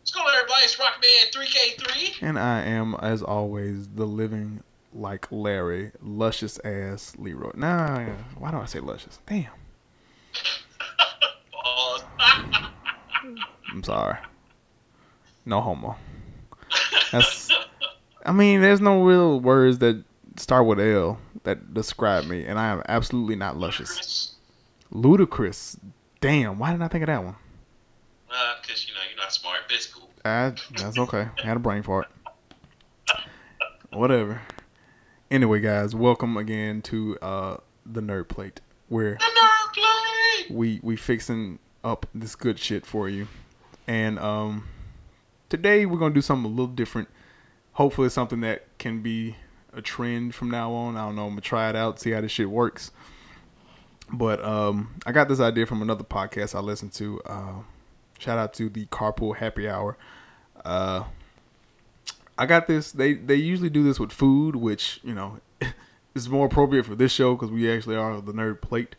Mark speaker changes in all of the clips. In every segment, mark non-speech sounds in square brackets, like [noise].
Speaker 1: What's going on, everybody? It's Rockman
Speaker 2: [laughs]
Speaker 1: 3K3.
Speaker 2: And I am, as always, the living like Larry, luscious ass Leroy. Nah, why do I say luscious? Damn,
Speaker 1: Balls.
Speaker 2: I'm sorry. No homo. That's. I mean, there's no real words that start with L that describe me, and I am absolutely not luscious.
Speaker 1: Ludicrous.
Speaker 2: Ludicrous. Damn, why didn't I think of that one?
Speaker 1: Uh, cause you know you're not smart, but it's cool.
Speaker 2: Uh, that's okay. I had a brain fart. Whatever. Anyway, guys, welcome again to uh, the Nerd Plate, where
Speaker 1: The nerd play.
Speaker 2: we we fixing up this good shit for you and um today we're gonna do something a little different hopefully something that can be a trend from now on i don't know i'm gonna try it out see how this shit works but um i got this idea from another podcast i listened to uh, shout out to the carpool happy hour uh i got this they they usually do this with food which you know [laughs] is more appropriate for this show because we actually are the nerd plate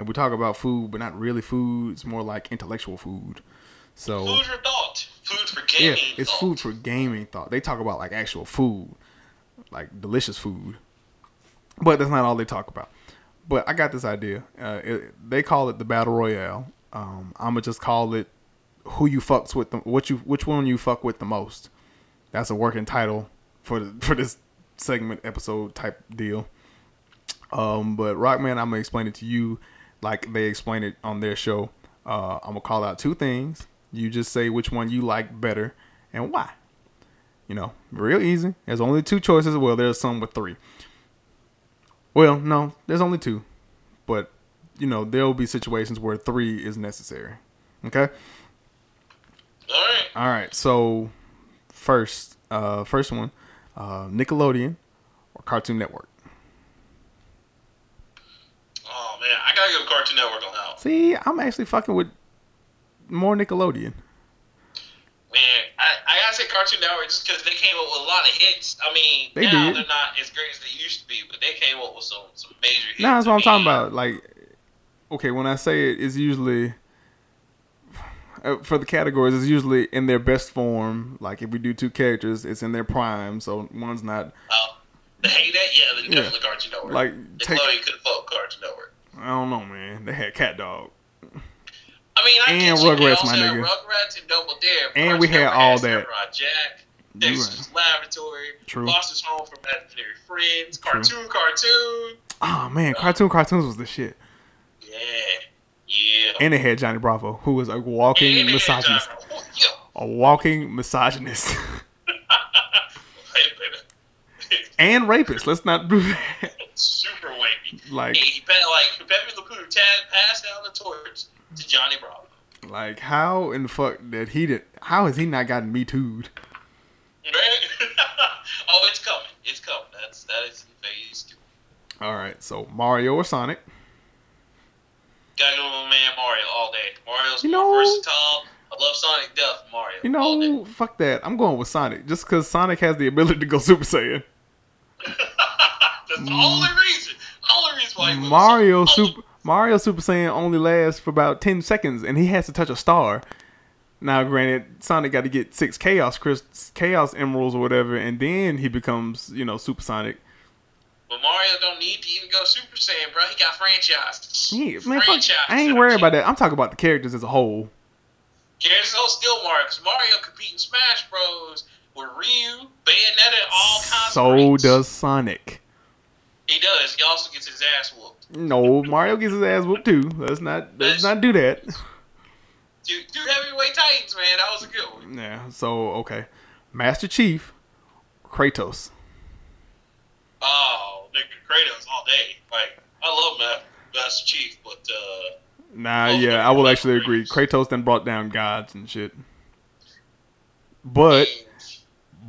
Speaker 2: and we talk about food, but not really food. It's more like intellectual food. So
Speaker 1: Food for thought. Food for
Speaker 2: Oh. yeah,
Speaker 1: gaming.
Speaker 2: it's
Speaker 1: thought.
Speaker 2: food for gaming thought. They talk about like actual food, like delicious food, but that's not all they talk about. But I got this idea. Uh, it, they call it the battle royale. Um, I'm gonna just call it who you fucks with the what you which one you fuck with the most. That's a working title for the, for this segment episode type deal. Um, but Rockman, I'm gonna explain it to you like they explain it on their show. Uh, I'm gonna call out two things. You just say which one you like better and why. You know, real easy. There's only two choices. Well, there's some with three. Well, no, there's only two, but you know there'll be situations where three is necessary. Okay.
Speaker 1: All right.
Speaker 2: All right. So first, uh, first one, uh, Nickelodeon or Cartoon Network.
Speaker 1: Oh man, I gotta go Cartoon Network on that. one.
Speaker 2: See, I'm actually fucking with more Nickelodeon.
Speaker 1: Man, I, I gotta say Cartoon Network just because they came up with a lot of hits. I mean,
Speaker 2: They
Speaker 1: now
Speaker 2: did.
Speaker 1: they're not as great as they used to be, but they came up with some some major hits.
Speaker 2: No, that's what
Speaker 1: I
Speaker 2: I'm talking
Speaker 1: mean,
Speaker 2: about. Like, okay, when I say it, it's usually uh, for the categories. It's usually in their best form. Like, if we do two characters, it's in their prime. So one's not
Speaker 1: Oh, they hate that? Yeah, then
Speaker 2: Yeah.
Speaker 1: definitely Cartoon Network.
Speaker 2: like take.
Speaker 1: Nickelodeon could have fucked Cartoon Network.
Speaker 2: I don't know, man. They had Cat Dog,
Speaker 1: I mean, I
Speaker 2: And
Speaker 1: get you,
Speaker 2: Rugrats,
Speaker 1: they also
Speaker 2: my
Speaker 1: had
Speaker 2: nigga.
Speaker 1: Rugrats and Double Dare.
Speaker 2: And
Speaker 1: Cartoon
Speaker 2: we had
Speaker 1: Network
Speaker 2: all that.
Speaker 1: Samurai Jack,
Speaker 2: You
Speaker 1: Dexter's Laboratory,
Speaker 2: True.
Speaker 1: Foster's Home for Imaginary Friends, Cartoon Cartoon.
Speaker 2: Oh man, cartoon cartoons was the shit.
Speaker 1: Yeah, yeah.
Speaker 2: And they had Johnny Bravo, who was a walking
Speaker 1: And they had
Speaker 2: misogynist.
Speaker 1: John- Oh, [laughs] yeah.
Speaker 2: A walking misogynist [laughs]
Speaker 1: Hey, baby.
Speaker 2: and rapist. Let's not do that.
Speaker 1: Super wavy.
Speaker 2: Like,
Speaker 1: He, he bet, like Pepe Le Pew tad- passed down the torch to Johnny Bravo.
Speaker 2: like how in the fuck that he did? How has he not gotten me too
Speaker 1: Right? [laughs] oh, it's coming. It's coming. That's that is phase two.
Speaker 2: All right, so Mario or Sonic?
Speaker 1: Gotta go with my man Mario all day. Mario's
Speaker 2: You
Speaker 1: more
Speaker 2: know-
Speaker 1: versatile. I love Sonic Death Mario.
Speaker 2: You
Speaker 1: all day. [laughs]
Speaker 2: know, fuck that. I'm going with Sonic just because Sonic has the ability to go [laughs] Super Saiyan.
Speaker 1: That's the only reason. Only reason why he was-
Speaker 2: Mm. Mario
Speaker 1: Oh,
Speaker 2: Super Mario Super Saiyan only lasts for about ten seconds, and he has to touch a star. Now, granted, Sonic got to get six Chaos Crys- Chaos Emeralds or whatever, and then he becomes you know Super Sonic.
Speaker 1: But Mario don't need to even go Super Saiyan, bro. He got franchise.
Speaker 2: Yeah, man, fuck, I ain't worried about that. I'm talking about the characters as a whole.
Speaker 1: Gary's no still Mario because Mario compete in Smash Bros. with Ryu, Bayonetta, and all kinds.
Speaker 2: So
Speaker 1: of freaks.
Speaker 2: does Sonic.
Speaker 1: he does. He also gets his ass whooped.
Speaker 2: No, Mario gets his ass whooped too. Let's not let's not do that.
Speaker 1: Dude, two heavyweight titans, man. That was a good one.
Speaker 2: Yeah. So okay, Master Chief, Kratos.
Speaker 1: Oh, nigga, Kratos all day. Like I love Ma- Master Chief, but uh,
Speaker 2: Nah,
Speaker 1: Oh,
Speaker 2: yeah, I will actually agree. Kratos then brought down gods and shit. But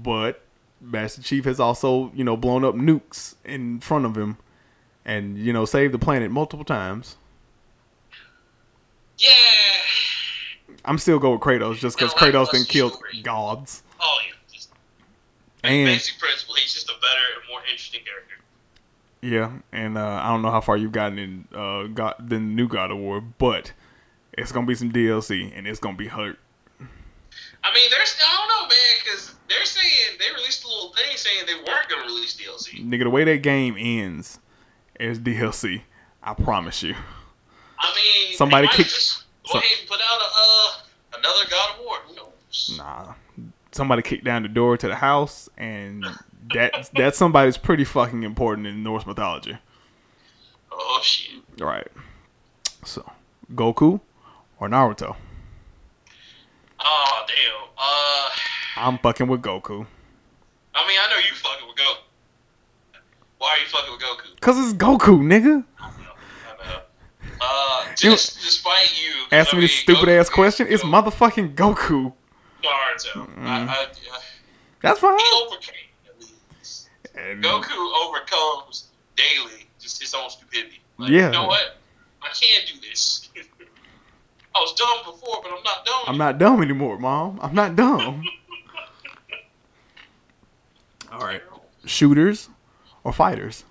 Speaker 2: but Master Chief has also you know blown up nukes in front of him, and you know save the planet multiple times.
Speaker 1: Yeah.
Speaker 2: I'm still going with Kratos just because
Speaker 1: No, I
Speaker 2: Kratos
Speaker 1: was
Speaker 2: then killed
Speaker 1: sure.
Speaker 2: gods.
Speaker 1: Oh, yeah. Just
Speaker 2: And
Speaker 1: basic principle. He's just a better and more interesting character.
Speaker 2: yeah, and uh, I don't know how far you've gotten in uh, God than New God of War, but it's gonna be some DLC and it's gonna be hurt.
Speaker 1: I mean, there's I don't know, man, because they're saying they released a little thing saying they weren't gonna release DLC.
Speaker 2: Nigga, the way that game ends is DLC. I promise you.
Speaker 1: I mean, they
Speaker 2: Somebody
Speaker 1: might
Speaker 2: kick-
Speaker 1: just go
Speaker 2: so-
Speaker 1: ahead and put out a uh, another God of War. Who knows?
Speaker 2: Nah. Somebody kicked down the door to the house, and that that somebody's pretty fucking important in Norse mythology.
Speaker 1: Oh shit.
Speaker 2: All right. So, Goku or Naruto?
Speaker 1: Oh damn. Uh,
Speaker 2: I'm fucking with Goku.
Speaker 1: I mean, I know you fucking with Goku. Why are you fucking with Goku?
Speaker 2: Cause it's Goku, nigga.
Speaker 1: I know.
Speaker 2: [laughs]
Speaker 1: Uh, just despite you
Speaker 2: Ask me this stupid ass question. It's Mm-hmm.
Speaker 1: my
Speaker 2: motherfucking Goku.
Speaker 1: Naruto. I, I, I,
Speaker 2: That's fine.
Speaker 1: he overcame. at least.
Speaker 2: And-
Speaker 1: Goku overcomes daily just his own stupidity. Like,
Speaker 2: Yeah.
Speaker 1: You know what? I can't do this. [laughs] I was dumb before, but I'm not dumb.
Speaker 2: I'm not dumb anymore, mom. I'm not dumb. All right. Shooters or fighters?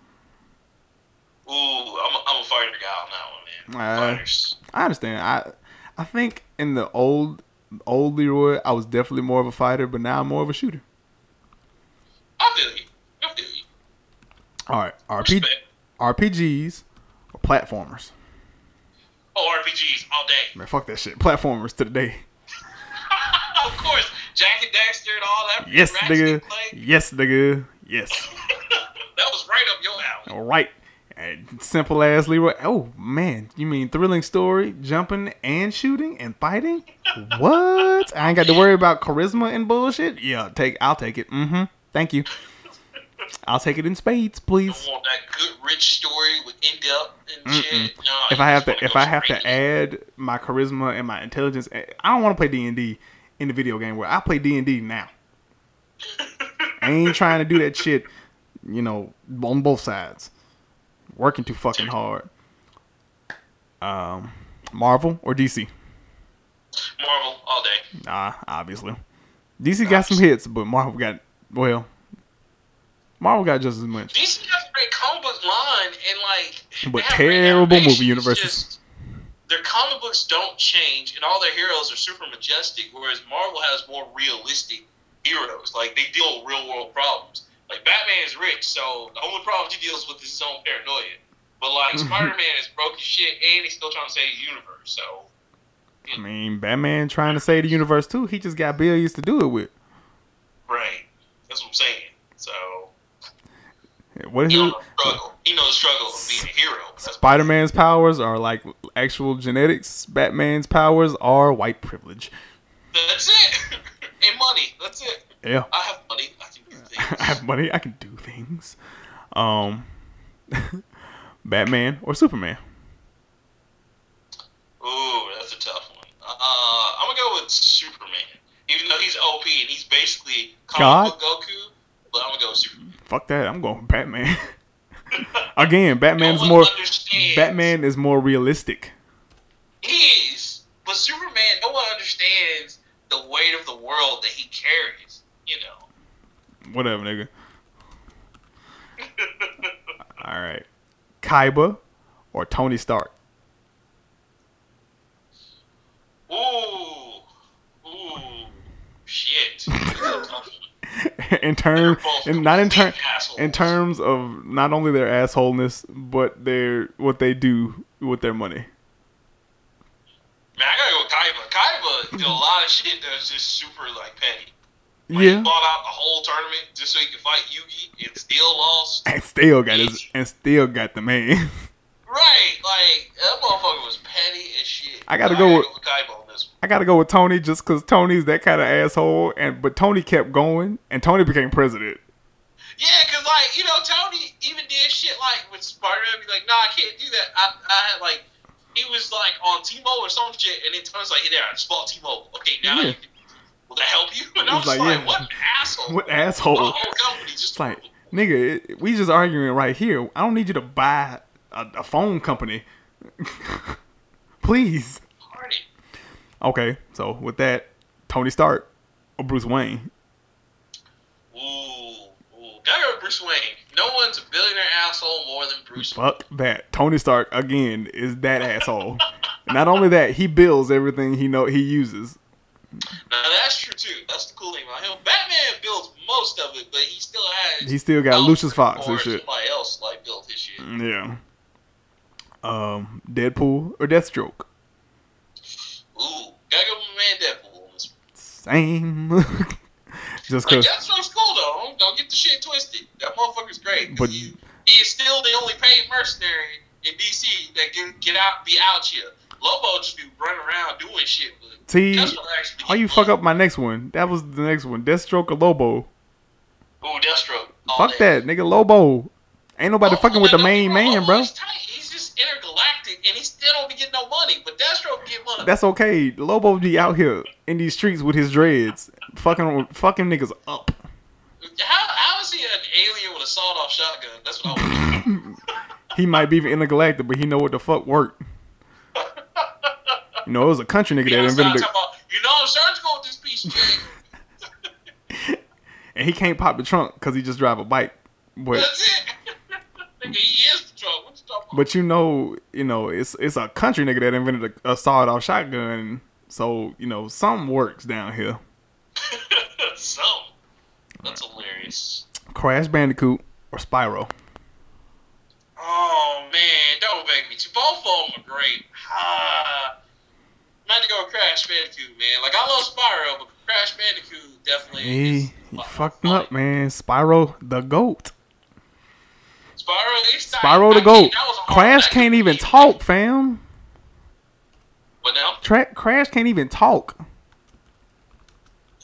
Speaker 1: Ooh, I'm a, I'm a fighter guy on that one, man.
Speaker 2: Uh,
Speaker 1: Fighters.
Speaker 2: I understand. I I think in the old old Leroy, I was definitely more of a fighter, but now I'm more of a shooter.
Speaker 1: I feel you. I feel you.
Speaker 2: All right, RP,
Speaker 1: Respect.
Speaker 2: RPGs or platformers?
Speaker 1: Oh, RPGs all day. [laughs]
Speaker 2: Man, fuck that shit. Platformers to the day.
Speaker 1: of course, Jack and Daxter and all that.
Speaker 2: Yes,
Speaker 1: Ratchet
Speaker 2: nigga.
Speaker 1: and Clank.
Speaker 2: Yes, nigga. Yes.
Speaker 1: [laughs] that was right up your alley.
Speaker 2: All right. And simple ass Leroy. Oh man, you mean thrilling story, jumping and shooting and fighting? What? I ain't got to worry about charisma and bullshit. Yeah, take. I'll take it. Mm-hmm. Thank you. I'll take it in spades, please.
Speaker 1: I want that good, rich story with in depth and shit. No,
Speaker 2: if
Speaker 1: you
Speaker 2: I have
Speaker 1: just
Speaker 2: to
Speaker 1: wanna
Speaker 2: if
Speaker 1: go
Speaker 2: I have
Speaker 1: straight.
Speaker 2: to add my charisma and my intelligence, eh, I don't want to play D and D in the video game where I play D and D now. I ain't trying to do that shit, you know, on both sides. Working too fucking hard. Um, Marvel or DC?
Speaker 1: Marvel all day.
Speaker 2: Nah, obviously. DC got some hits, but Marvel got well. Marvel got just as much.
Speaker 1: DC has a great comic book line and like they
Speaker 2: But
Speaker 1: have great
Speaker 2: terrible movie
Speaker 1: animations,
Speaker 2: universes.
Speaker 1: just- Their comic books don't change, and all their heroes are super majestic. Whereas Marvel has more realistic heroes. Like they deal with real world problems. Like Batman is rich, so the only problem he deals with is his own paranoia. But
Speaker 2: [laughs]
Speaker 1: like Spider Man is broke as shit, and he's still trying to save the universe. So
Speaker 2: I mean, Batman trying to save the universe too. He just got billions to do it with.
Speaker 1: right, that's what I'm saying. So
Speaker 2: What is
Speaker 1: he
Speaker 2: it?
Speaker 1: knows the struggle. He knows the struggle of being a hero. but that's
Speaker 2: Spider Man's powers are like actual genetics. Batman's powers are white privilege.
Speaker 1: That's it. [laughs] and money. That's it.
Speaker 2: Yeah. [laughs]
Speaker 1: I have money. I can do things.
Speaker 2: I have money. I can do things. Um, [laughs] Batman or Superman?
Speaker 1: Ooh, that's a tough one. Uh, I'm gonna go with Superman, even though he's OP and he's basically comic book
Speaker 2: God?
Speaker 1: Goku. But I'm gonna go with
Speaker 2: [laughs]
Speaker 1: Superman.
Speaker 2: Fuck that. I'm going with Batman. [laughs] Again, Batman's
Speaker 1: No one
Speaker 2: more.
Speaker 1: understands.
Speaker 2: Batman is more realistic.
Speaker 1: He is, but Superman. No one understands the weight of the world that he carries. You know.
Speaker 2: Whatever, nigga.
Speaker 1: [laughs]
Speaker 2: All right, Kaiba or Tony Stark? [laughs]
Speaker 1: Ooh, ooh, shit. That's a tough one.
Speaker 2: in term,
Speaker 1: They're both
Speaker 2: in, not in term,
Speaker 1: complete assholes.
Speaker 2: in terms of not only their assholeness, but their what they do with their money.
Speaker 1: Man, I gotta go with Kaiba. Kaiba did a lot of shit that was just super like petty. Like, He
Speaker 2: Yeah,
Speaker 1: bought out the whole tournament just so he could fight Yugi and still lost.
Speaker 2: [laughs] and still got his, and still got the man. [laughs]
Speaker 1: Right, like that motherfucker was petty as shit.
Speaker 2: I gotta
Speaker 1: But
Speaker 2: go
Speaker 1: I
Speaker 2: with-
Speaker 1: Kaiba on this one.
Speaker 2: I gotta go with Tony just because Tony's that kind of asshole, and but Tony kept going, and Tony became president.
Speaker 1: Yeah, cause like you know Tony even did shit like with Spider-Man. Be like, nah, I can't do that. I, I had like he was like on T-Mobile or some shit, and then Tony's like, hey, there, I just bought T-Mobile. Okay, now
Speaker 2: Yeah.
Speaker 1: you [laughs] can, will that help you? And I
Speaker 2: He's
Speaker 1: was like,
Speaker 2: like,
Speaker 1: like
Speaker 2: yeah.
Speaker 1: what an asshole.
Speaker 2: What
Speaker 1: My
Speaker 2: asshole?
Speaker 1: whole company just
Speaker 2: It's like nigga, it, we just arguing right here. I don't need you to buy a, a phone company, [laughs] please.
Speaker 1: Party.
Speaker 2: Okay, so with that, Tony Stark or Bruce Wayne?
Speaker 1: Ooh, ooh. Gotta go with Bruce Wayne. No one's a billionaire asshole more than Bruce. Wayne.
Speaker 2: Fuck that. Tony Stark again is that asshole. Not only that, he builds everything he know he uses.
Speaker 1: Now that's true too. That's the cool thing about him. Batman builds most of it, but he still has.
Speaker 2: He still got
Speaker 1: help
Speaker 2: Lucius Fox
Speaker 1: or
Speaker 2: and shit.
Speaker 1: Somebody else like built his shit.
Speaker 2: Yeah. Um, Deadpool or Deathstroke?
Speaker 1: Ooh, gotta go with my man Deadpool. on this.
Speaker 2: Same. [laughs] Just
Speaker 1: Like
Speaker 2: cause.
Speaker 1: that's so cool though. Don't- Don't get the shit twisted. That motherfucker's great. 'cause
Speaker 2: But-
Speaker 1: he, he is still the only paid mercenary in DC that can get out, be out here. Lobo just be running around doing shit. But
Speaker 2: See,
Speaker 1: Deathstroke actually
Speaker 2: How
Speaker 1: get
Speaker 2: you fuck
Speaker 1: money.
Speaker 2: up my next one? That was the next one. Deathstroke or Lobo?
Speaker 1: Ooh, Deathstroke. all
Speaker 2: fuck
Speaker 1: day.
Speaker 2: that, nigga. Lobo. Ain't nobody
Speaker 1: Oh,
Speaker 2: fucking with the
Speaker 1: don't get
Speaker 2: main
Speaker 1: me
Speaker 2: man,
Speaker 1: wrong,
Speaker 2: bro.
Speaker 1: Lobo's tight. He's just intergalactic, and he still don't be getting no money. But Deathstroke get money.
Speaker 2: That's okay. Lobo be out here in these streets with his dreads, fucking fucking niggas up.
Speaker 1: how, how is he an alien with a sawed-off shotgun? That's what I
Speaker 2: [laughs]
Speaker 1: want.
Speaker 2: He might be intergalactic, but he know what the fuck worked. You know, it was a country nigga
Speaker 1: You
Speaker 2: that
Speaker 1: know,
Speaker 2: invented it,
Speaker 1: you know I'm surgical with this piece of shit.
Speaker 2: [laughs] and he can't pop the trunk because he just drive a bike. But
Speaker 1: That's it. [laughs] Nigga, he is the truck. What you talking about?
Speaker 2: But you know, you know, it's it's a country nigga that invented a, a sawed off shotgun, so you know, something works down here.
Speaker 1: [laughs] so, that's hilarious.
Speaker 2: Crash Bandicoot or Spyro?
Speaker 1: Oh man, don't make me. too- Both of them are great. [sighs] Ah, not to go with Crash Bandicoot, man. Like I love Spyro, but Crash Bandicoot definitely. is
Speaker 2: Hey, you
Speaker 1: my-
Speaker 2: fucked
Speaker 1: my-
Speaker 2: up, man. Spyro the goat.
Speaker 1: Spyro, they started-
Speaker 2: Spyro the
Speaker 1: I mean,
Speaker 2: goat.
Speaker 1: that was a hard
Speaker 2: Crash
Speaker 1: act to
Speaker 2: can't even
Speaker 1: beat.
Speaker 2: talk, fam.
Speaker 1: But now,
Speaker 2: Tra- Crash can't even talk.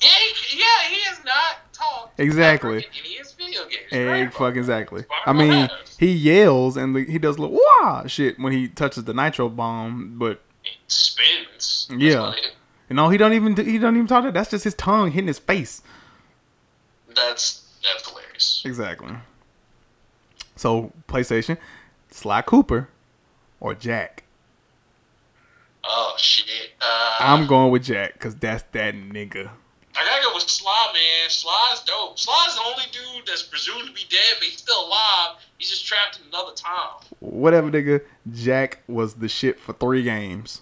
Speaker 1: yeah, he, yeah, he is not talk.
Speaker 2: Exactly.
Speaker 1: And he is video games.
Speaker 2: Egg
Speaker 1: right?
Speaker 2: fucking exactly.
Speaker 1: Spyro
Speaker 2: I mean,
Speaker 1: has.
Speaker 2: he yells and he does little wah shit when he touches the nitro bomb, but
Speaker 1: It spins. That's
Speaker 2: Yeah.
Speaker 1: what it-
Speaker 2: no, he don't even he don't even talk. That. That's just his tongue hitting his face.
Speaker 1: That's that's hilarious.
Speaker 2: Exactly. So PlayStation, Sly Cooper, or Jack.
Speaker 1: Oh shit. Uh,
Speaker 2: I'm going with Jack because that's that nigga.
Speaker 1: I gotta go with Sly, man. Sly's dope. Sly's the only dude that's presumed to be dead, but he's still alive. He's just trapped in another time.
Speaker 2: Whatever, nigga. Jack was the shit for three games.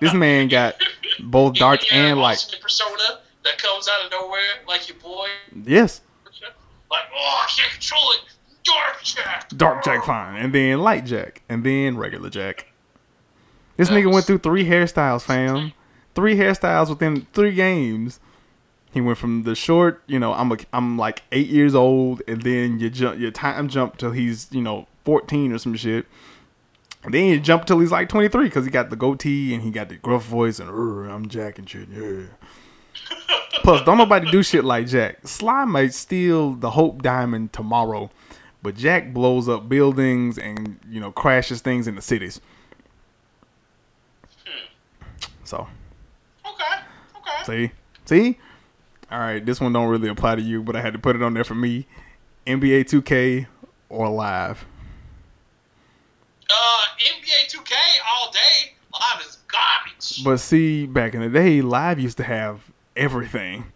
Speaker 2: This man got both dark
Speaker 1: Even your
Speaker 2: and light.
Speaker 1: ultimate persona that comes out of nowhere, like your boy.
Speaker 2: Yes,
Speaker 1: Like, oh, I can't control it. Dark Jack.
Speaker 2: dark Jack fine, and then light Jack, and then regular Jack. This nigga went through three hairstyles, fam. Three hairstyles within three games. He went from the short, you know, I'm a, I'm like eight years old, and then you jump your time jump till he's you know 14 or some shit. And then you jump till he's like 23 because he got the goatee and he got the gruff voice and "Urgh, I'm Jack and shit. Yeah. Plus, don't nobody do shit like Jack. Sly might steal the Hope Diamond tomorrow, but Jack blows up buildings and you know crashes things in the cities. So
Speaker 1: Hmm. Okay. Okay.
Speaker 2: see, see. All right, this one don't really apply to you, but I had to put it on there for me. NBA 2K or live.
Speaker 1: Uh, NBA 2K all day. Live is garbage.
Speaker 2: But see, back in the day, live used to have everything.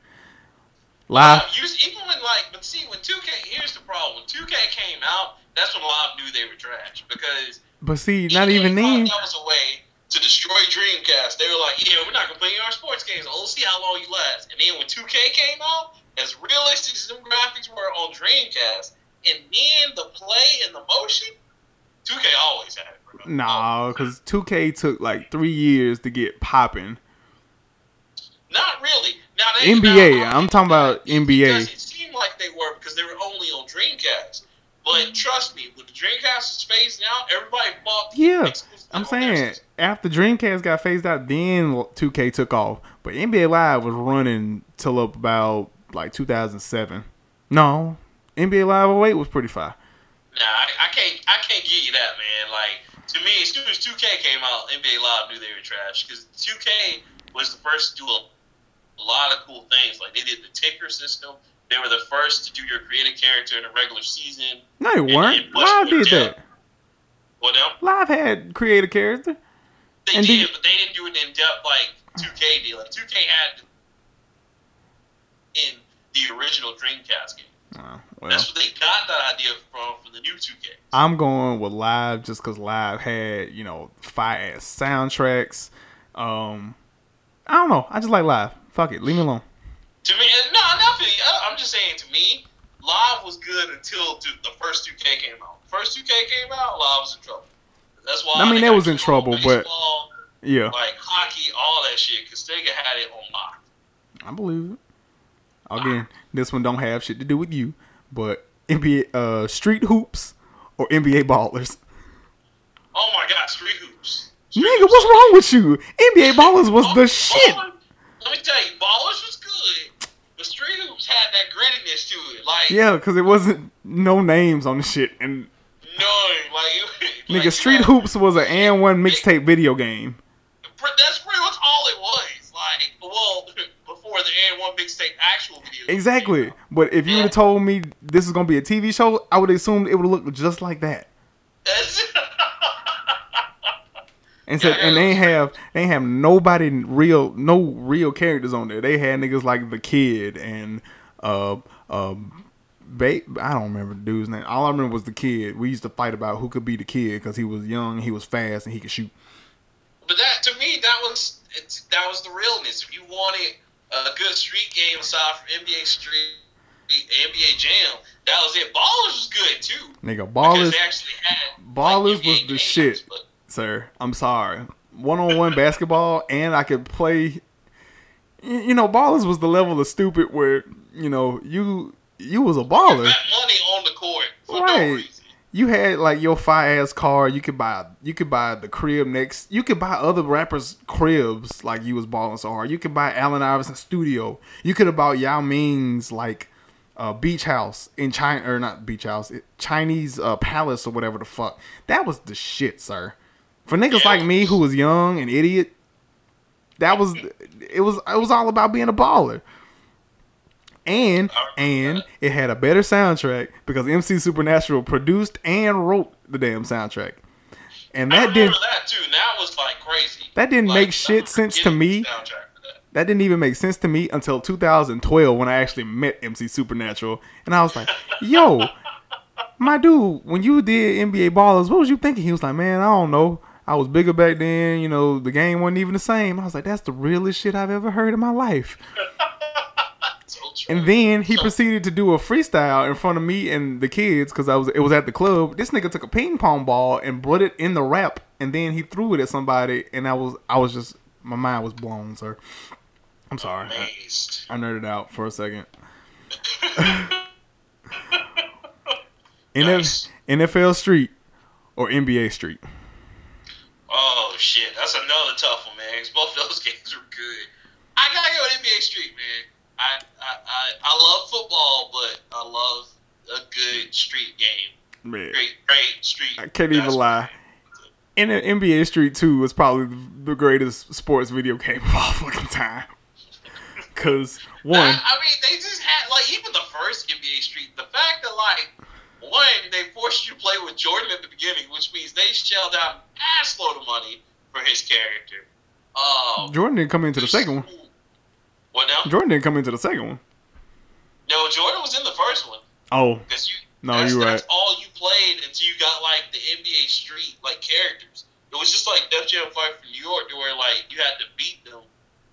Speaker 2: Live,
Speaker 1: Uh, You s- even when like, but see, when 2K, here's the problem. When 2K came out, that's when Live knew they were trash because
Speaker 2: but see, not
Speaker 1: they
Speaker 2: even
Speaker 1: thought
Speaker 2: then.
Speaker 1: That was a way to destroy Dreamcast. They were like, yeah, we're not gonna play our sports games. Oh, Let's see how long you last. And then when 2K came out, as realistic as them graphics were on Dreamcast, and then the play and the motion, 2K always had it. Bro.
Speaker 2: Nah, because 2K took like three years to get popping.
Speaker 1: Oh, Not really. Now they,
Speaker 2: NBA,
Speaker 1: now,
Speaker 2: I'm talking about
Speaker 1: Because
Speaker 2: NBA.
Speaker 1: it seemed like they were because they were only on Dreamcast. But trust me, with the Dreamcast space now, everybody bought. the
Speaker 2: Yeah,
Speaker 1: exclusive
Speaker 2: I'm
Speaker 1: on their
Speaker 2: saying
Speaker 1: system.
Speaker 2: after Dreamcast got phased out, then 2K took off. But NBA Live was running till up about like 2007. No, NBA Live 08 was pretty fire.
Speaker 1: Nah, I, I can't. I can't give you that, man. Like to me, as soon as 2K came out, NBA Live knew they were trash because 2K was the first to do a, a lot of cool things. Like they did the ticker system. They were the first to do your creative character in a regular season.
Speaker 2: No, they
Speaker 1: and-
Speaker 2: weren't.
Speaker 1: and pushed
Speaker 2: Live
Speaker 1: it
Speaker 2: did
Speaker 1: down.
Speaker 2: that.
Speaker 1: Well, now
Speaker 2: Live had create a character.
Speaker 1: they
Speaker 2: And
Speaker 1: did,
Speaker 2: did-
Speaker 1: but they didn't do it in depth like 2K did. Like 2K had in the original Dreamcast game.
Speaker 2: Oh, well,
Speaker 1: That's what they got that idea from from the new 2K.
Speaker 2: I'm going with Live just because Live had you know fire ass soundtracks. Um, I don't know. I just like Live. Fuck it. Leave me alone.
Speaker 1: To me, and no, not for you. I'm just saying. To me, live was good until t- the first 2K came out. First 2K came out, live was in trouble. That's why.
Speaker 2: I mean,
Speaker 1: they
Speaker 2: they
Speaker 1: got
Speaker 2: was in trouble, but-
Speaker 1: baseball,
Speaker 2: Yeah,
Speaker 1: like hockey, all that shit, because Sega had it on lock.
Speaker 2: I believe it. Again, this one don't have shit to do with you, but NBA uh, street hoops or NBA ballers.
Speaker 1: Oh my God, Street Hoops. Street
Speaker 2: Nigga,
Speaker 1: Hoops.
Speaker 2: what's wrong with you? NBA ballers was
Speaker 1: Oh,
Speaker 2: the shit.
Speaker 1: Ballers- let me tell you, Ballers was good, but Street Hoops had that grittiness to it. Like,
Speaker 2: Yeah, because it wasn't no names on the shit. And
Speaker 1: no, like, [laughs] like, you
Speaker 2: nigga, Street
Speaker 1: know,
Speaker 2: Hoops was an and one mixtape video game.
Speaker 1: pre- That's pretty much all it was. Like, well, [laughs] before the and one mixtape actual video.
Speaker 2: Exactly. But if you would have told me this is gonna be a TV show, I would assume it would look just like that.
Speaker 1: That's- [laughs]
Speaker 2: And said, and they ain't have they ain't have nobody real, no real characters on there. They had niggas like the kid and uh uh. Ba- I don't remember the dude's name. All I remember was the kid. We used to fight about who could be the kid because he was young, he was fast, and he could shoot.
Speaker 1: but that to me, that was it's, that was the realness. If you wanted a good street game aside from NBA Street, NBA Jam, that was it. Ballers was good too.
Speaker 2: Nigga,
Speaker 1: because
Speaker 2: ballers,
Speaker 1: they actually had, like,
Speaker 2: ballers
Speaker 1: NBA
Speaker 2: was the
Speaker 1: games,
Speaker 2: shit.
Speaker 1: but-
Speaker 2: sir. I'm sorry. One on one basketball, and I could play. y- You know, ballers was the level of stupid where you know you you was a baller.
Speaker 1: bet money on the court for no
Speaker 2: Right.
Speaker 1: reason.
Speaker 2: You had like your fire ass car. You could buy you could buy the crib next. You could buy other rappers' cribs like you was balling so hard. You could buy Allen Iverson's studio. You could have bought Yao Ming's like uh, beach house in China or not beach house it, Chinese uh, palace or whatever the fuck. That was the shit, sir. For niggas
Speaker 1: Yeah.
Speaker 2: like me who was young and idiot, that was it was it was all about being a baller. And and it had a better soundtrack because MC Supernatural produced and wrote the damn soundtrack. And
Speaker 1: I
Speaker 2: that
Speaker 1: remember
Speaker 2: didn't
Speaker 1: that too. That was like crazy.
Speaker 2: That didn't
Speaker 1: Like,
Speaker 2: make
Speaker 1: I
Speaker 2: shit
Speaker 1: remember
Speaker 2: sense to
Speaker 1: getting
Speaker 2: me.
Speaker 1: the soundtrack for that.
Speaker 2: that didn't even make sense to me until 2012 when I actually met MC Supernatural and I was like, "Yo, my dude, when you did NBA Ballers, what was you thinking?" He was like, "Man, I don't know. I was bigger back then. You know, the game wasn't even the same." I was like, "That's the realest shit I've ever heard in my life."
Speaker 1: So true.
Speaker 2: And then he proceeded to do a freestyle in front of me and the kids because I was it was at the club. This nigga took a ping pong ball and put it in the rap, and then he threw it at somebody, and I was I was just my mind was blown, sir. I'm sorry, I,
Speaker 1: Amazed.
Speaker 2: [laughs] I nerded out for a second. NF,
Speaker 1: Nice.
Speaker 2: NFL Street or NBA Street?
Speaker 1: Oh shit, that's another tough one, man. 'cause both those [laughs] games were good. I gotta go with NBA Street, man. I I, I, I love football, but I love a good street game.
Speaker 2: Man,
Speaker 1: Great, great street.
Speaker 2: I can't even lie. In NBA Street Two was probably the greatest sports video game of all [laughs] fucking time. Cause one,
Speaker 1: I, I mean, they just had like even the first NBA Street. The fact that like one, they forced you to play with Jordan at the beginning, which means they shelled out an ass load of money for his character. Um,
Speaker 2: Jordan didn't come into the second one.
Speaker 1: What now?
Speaker 2: Jordan didn't come into the second one.
Speaker 1: No, Jordan was in the first one
Speaker 2: Oh,
Speaker 1: because you.
Speaker 2: No,
Speaker 1: that's,
Speaker 2: you're
Speaker 1: that's
Speaker 2: right.
Speaker 1: all you played until you got like the NBA Street like characters. It was just like Def Jam Fight for New York, to where like you had to beat them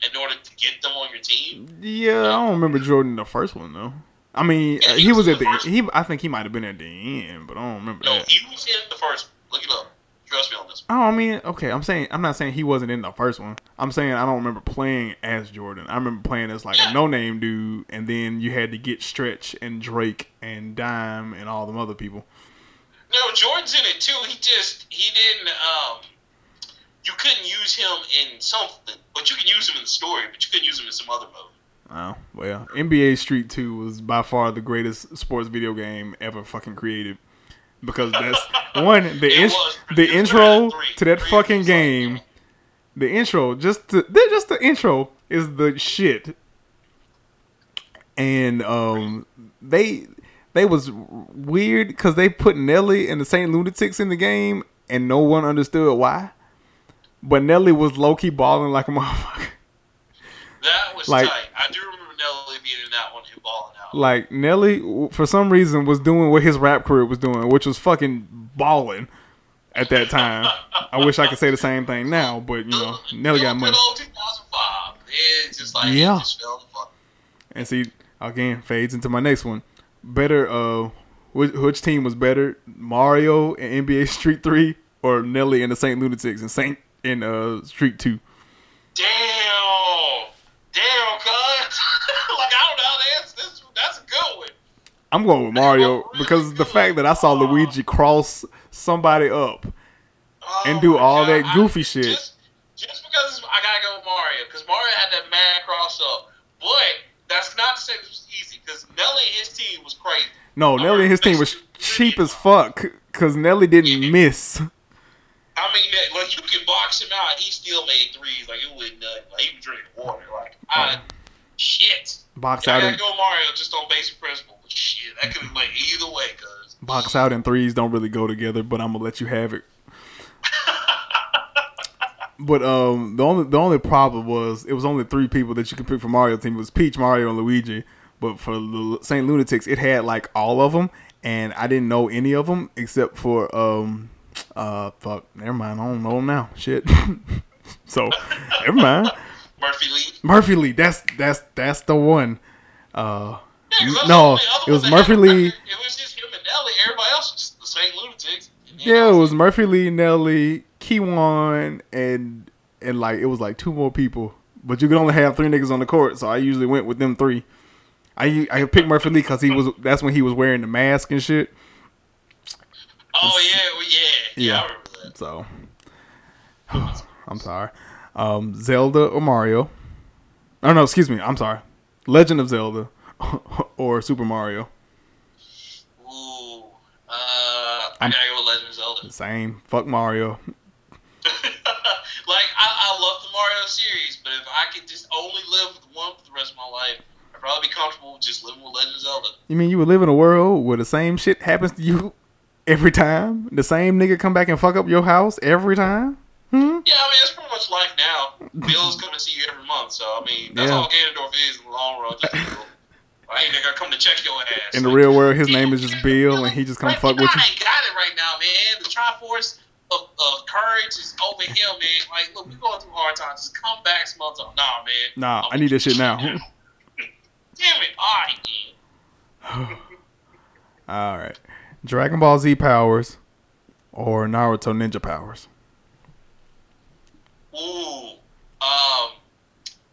Speaker 1: in order to get them on your team.
Speaker 2: yeah, I don't remember Jordan in the first one though. I mean, uh, he was at the he. I think he might have been at the end, but I don't remember
Speaker 1: No,
Speaker 2: that.
Speaker 1: he was in the first. Look it up. Trust me on this.
Speaker 2: Oh, I mean, okay. I'm saying I'm not saying he wasn't in the first one. I'm saying I don't remember playing as Jordan. I remember playing as like a no name dude, and then you had to get Stretch and Drake and Dime and all them other people.
Speaker 1: No, Jordan's in it too. He just he didn't. Um, you couldn't use him in something, but you can use him in the story, but you couldn't use him in some other mode.
Speaker 2: Oh well, NBA Street Two was by far the greatest sports video game ever fucking created
Speaker 1: [laughs]
Speaker 2: because that's one the
Speaker 1: It
Speaker 2: ins-
Speaker 1: was.
Speaker 2: the
Speaker 1: It was
Speaker 2: intro
Speaker 1: three.
Speaker 2: to that
Speaker 1: Three
Speaker 2: fucking
Speaker 1: was like-
Speaker 2: game. The intro, just the, just the intro is the shit. and um, they they was weird because they put Nelly and the Saint Lunatics in the game, and no one understood why. But Nelly was low key balling like a [laughs] motherfucker.
Speaker 1: That was
Speaker 2: Like-
Speaker 1: tight. I do remember Nelly being in that one and balling out.
Speaker 2: Like Nelly, w- for some reason, was doing what his rap career was doing, which was fucking balling at that time. I wish I could say the same thing now, but you know, uh, Nelly got money.
Speaker 1: 2005. It's just like,
Speaker 2: Yeah.
Speaker 1: it just fell the fuck.
Speaker 2: And see, again, fades into my next one. Better, uh, which, which team was better, Mario and NBA [laughs] Street Three, or Nelly and the Saint Lunatics and Saint in uh Street Two?
Speaker 1: Damn. Damn, cuz. [laughs] like, I don't know how to answer this one. That's a good one.
Speaker 2: I'm going with Mario because the fact that I saw Luigi cross somebody up,
Speaker 1: Oh
Speaker 2: And do
Speaker 1: my
Speaker 2: all that
Speaker 1: God,
Speaker 2: goofy
Speaker 1: I-
Speaker 2: shit.
Speaker 1: Just, just because it's- I gotta go with Mario, because Mario had that mad cross up. But that's not to say it was easy, because Nelly and his team was crazy.
Speaker 2: no, Nelly and his team was cheap as fuck because Nelly didn't miss.
Speaker 1: I mean, that- like you could box him out, he still made threes. Like it wasn't nothing. Like he was drinking water. Like I, shit.
Speaker 2: Box
Speaker 1: I
Speaker 2: out
Speaker 1: gotta
Speaker 2: and
Speaker 1: go Mario just on basic principle. But shit, that could have went either way, cause
Speaker 2: box out and threes don't really go together, but I'm gonna let you have it.
Speaker 1: [laughs]
Speaker 2: But um, the only the only problem was it was only three people that you could pick for Mario team. It was Peach, Mario, and Luigi. But for the Saint Lunatics, it had like all of them, and I didn't know any of them except for um, uh, fuck, never mind. I don't know 'em now. Shit. [laughs] so, never mind.
Speaker 1: Murphy Lee.
Speaker 2: Murphy Lee. That's that's that's the one. Uh,
Speaker 1: Yeah, 'cause that's
Speaker 2: No,
Speaker 1: the only other
Speaker 2: it was
Speaker 1: one that had
Speaker 2: Murphy
Speaker 1: a
Speaker 2: Lee.
Speaker 1: record. It was just him and Nelly. Everybody else was the same lunatics. And then
Speaker 2: yeah,
Speaker 1: that
Speaker 2: it was Murphy Lee, Nelly, Kiwan, and and like it was like two more people, but you could only have three niggas on the court. So I usually went with them three. I u- I picked Murphy Lee because he was that's when he was wearing the mask and shit.
Speaker 1: Oh yeah, well, yeah, yeah.
Speaker 2: Yeah.
Speaker 1: I remember that.
Speaker 2: So [sighs] I'm sorry. Um, Zelda or Mario? Oh no, excuse me. I'm sorry. Legend of Zelda [laughs] or Super Mario?
Speaker 1: Ooh, uh, I
Speaker 2: I'm-
Speaker 1: gotta go with Legend of Zelda.
Speaker 2: Same. Fuck Mario.
Speaker 1: [laughs] like I, I love the Mario series, but if I could just only live with one for the rest of my life, I'd probably be comfortable with just living with Legend of Zelda.
Speaker 2: You mean you would live in a world where the same shit happens to you [laughs] every time? The same nigga come back and fuck up your house every time? Hmm?
Speaker 1: Yeah, I mean that's pretty much life now.
Speaker 2: [laughs]
Speaker 1: Bills come to see you every month, so I mean that's
Speaker 2: Yeah.
Speaker 1: all Ganondorf is in the long run. Just Bill. I ain't gonna come to check your ass.
Speaker 2: In the
Speaker 1: Like,
Speaker 2: real world, his name is just Bill and he just come
Speaker 1: Like,
Speaker 2: fuck with you.
Speaker 1: I ain't got it right now, man. The Triforce of, of courage is over here, man. Like, look, we going through hard times. Just come back, small talk. Nah, man.
Speaker 2: Nah, I need this
Speaker 1: [laughs]
Speaker 2: shit now.
Speaker 1: Damn it. All right, yeah.
Speaker 2: [sighs] Alright. Dragon Ball Z powers or Naruto ninja powers?
Speaker 1: Ooh, um,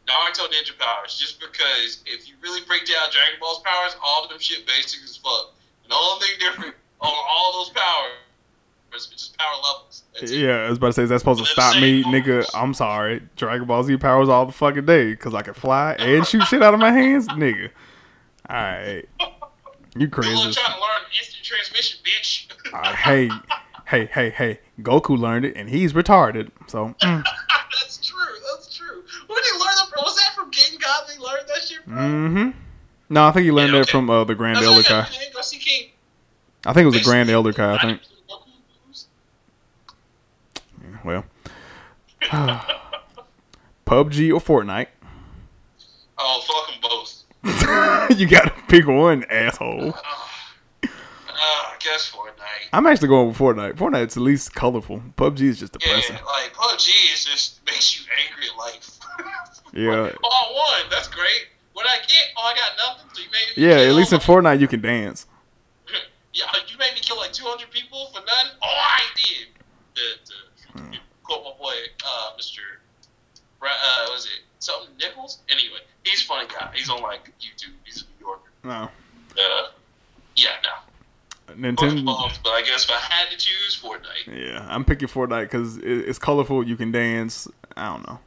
Speaker 1: Naruto Ninja Powers. Just because if you really break down Dragon Ball's powers, all of them shit basic as fuck. And the only thing different on all those powers is just power levels. That's it.
Speaker 2: Yeah, I was about to say, is that supposed to stop me? Nigga, I'm sorry. Dragon Ball Z powers all the fucking day because I can fly and shoot shit out of my hands? Nigga. Alright. You
Speaker 1: Good
Speaker 2: crazy
Speaker 1: luck
Speaker 2: as
Speaker 1: trying to learn instant transmission, bitch. [laughs]
Speaker 2: Uh, hey, hey, hey, hey! Goku learned it, and he's retarded. So mm,
Speaker 1: that's true. That's true. Where did he learn that from? Was that from King God? They learned that shit from.
Speaker 2: hmm No, I think he learned
Speaker 1: Yeah,
Speaker 2: that
Speaker 1: okay.
Speaker 2: from uh, the Grand
Speaker 1: That's all you
Speaker 2: Elder
Speaker 1: gotta
Speaker 2: Kai.
Speaker 1: do, man. Go see King.
Speaker 2: I think it was the Grand Elder Kai. I think. Well, PUBG or
Speaker 1: [sighs] Oh, fuck them both.
Speaker 2: Fortnite? [laughs] you gotta pick one, asshole.
Speaker 1: Uh, Ah. guess Fortnite.
Speaker 2: [sighs] I'm actually going with Fortnite. Fortnite's at least colorful. PUBG is just
Speaker 1: Yeah,
Speaker 2: depressing.
Speaker 1: like PUBG is just [laughs] makes you angry at life. [laughs]
Speaker 2: Yeah.
Speaker 1: Like, oh, I won. That's great. What I get? Oh, I got nothing. So you made me
Speaker 2: Yeah,
Speaker 1: kill,
Speaker 2: at least in Fortnite you can dance.
Speaker 1: Yeah, you made me kill like 200 people for nothing. Oh, I did. The,
Speaker 2: Hmm.
Speaker 1: the, Quote my boy, uh, Mr. Ra- Uh, was it something Nichols? Anyway, he's a funny guy. He's on like YouTube. He's a New Yorker.
Speaker 2: No,
Speaker 1: Uh, yeah, no. Fuck them
Speaker 2: Nintendo.
Speaker 1: both, But I guess if I had to choose Fortnite, [laughs]
Speaker 2: Yeah, I'm picking Fortnite because it's colorful. You can dance. I don't know.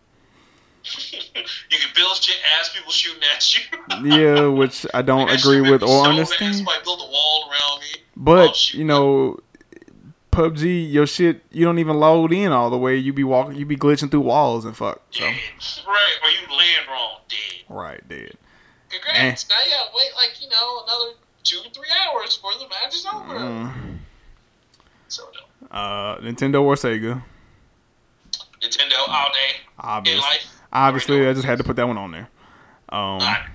Speaker 1: you can build shit, ass people shooting at you.
Speaker 2: Yeah, which I don't
Speaker 1: That shit
Speaker 2: agree
Speaker 1: made
Speaker 2: with
Speaker 1: me
Speaker 2: or
Speaker 1: so
Speaker 2: understand.
Speaker 1: Mad. Somebody built a wall around me. Oh,
Speaker 2: But
Speaker 1: shoot.
Speaker 2: you know, PUBG, your shit, you don't even load in all the way. You be walking, you be glitching through walls and fuck. So
Speaker 1: Dead. Right, or you land wrong, dead.
Speaker 2: right, dead.
Speaker 1: God Congrats. now you gotta wait like, you know, another two, three hours before the match is over.
Speaker 2: Mm.
Speaker 1: So no.
Speaker 2: Uh, Nintendo or Sega.
Speaker 1: Nintendo all day in
Speaker 2: Obviously,
Speaker 1: life.
Speaker 2: obviously, I just had to put that one on there. Um,
Speaker 1: Alright.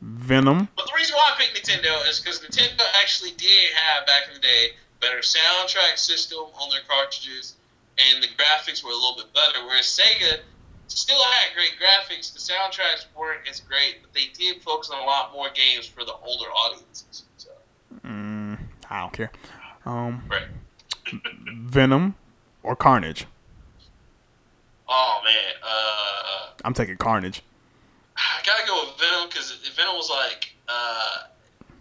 Speaker 2: Venom.
Speaker 1: But the reason why I picked Nintendo is because Nintendo actually did have back in the day better soundtrack system on their cartridges, and the graphics were a little bit better. Whereas Sega still had great graphics, the soundtracks weren't as great, but they did focus on a lot more games for the older audiences. So,
Speaker 2: Mm, I don't care. Um,
Speaker 1: right.
Speaker 2: Venom or Carnage.
Speaker 1: Oh man, uh,
Speaker 2: I'm taking Carnage.
Speaker 1: I [sighs] gotta go with Venom because Venom was like uh,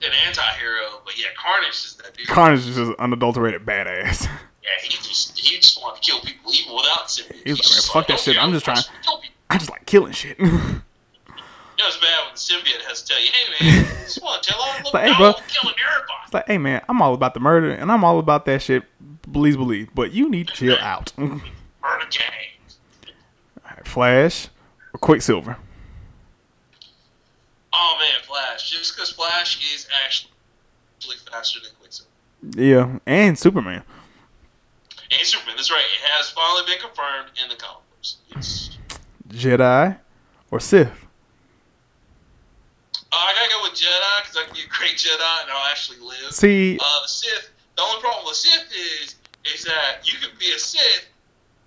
Speaker 1: an anti-hero, but yeah, Carnage is that dude.
Speaker 2: Carnage is just unadulterated badass. [laughs]
Speaker 1: Yeah, he just he just wanted to kill people even without symbiotes.
Speaker 2: He's like,
Speaker 1: just
Speaker 2: "Man, fuck that
Speaker 1: "Don't
Speaker 2: shit,
Speaker 1: care,
Speaker 2: I'm just
Speaker 1: I
Speaker 2: trying-
Speaker 1: kill people."
Speaker 2: I just like killing shit. [laughs] it's
Speaker 1: You know, it's bad when the symbiote has to tell you, "Hey
Speaker 2: [laughs]
Speaker 1: man, just want to tell all the
Speaker 2: like, "Hey,
Speaker 1: dog
Speaker 2: bro."
Speaker 1: killing everybody."
Speaker 2: like, hey man, I'm all about the murder and I'm all about that shit. Please believe, but you need to chill out. [laughs] All
Speaker 1: Burn a gang.
Speaker 2: right, Flash or Quicksilver.
Speaker 1: Oh man, Flash. Just because Flash is actually actually faster than Quicksilver
Speaker 2: Yeah, and Superman.
Speaker 1: and Superman. That's right. It has finally been confirmed in the comic books. Yes.
Speaker 2: Jedi or Sith.
Speaker 1: Uh, I gotta go with Jedi because I can be a great Jedi and I'll actually live.
Speaker 2: See,
Speaker 1: uh, the Sith. The only problem with Sith is is that you can be a Sith,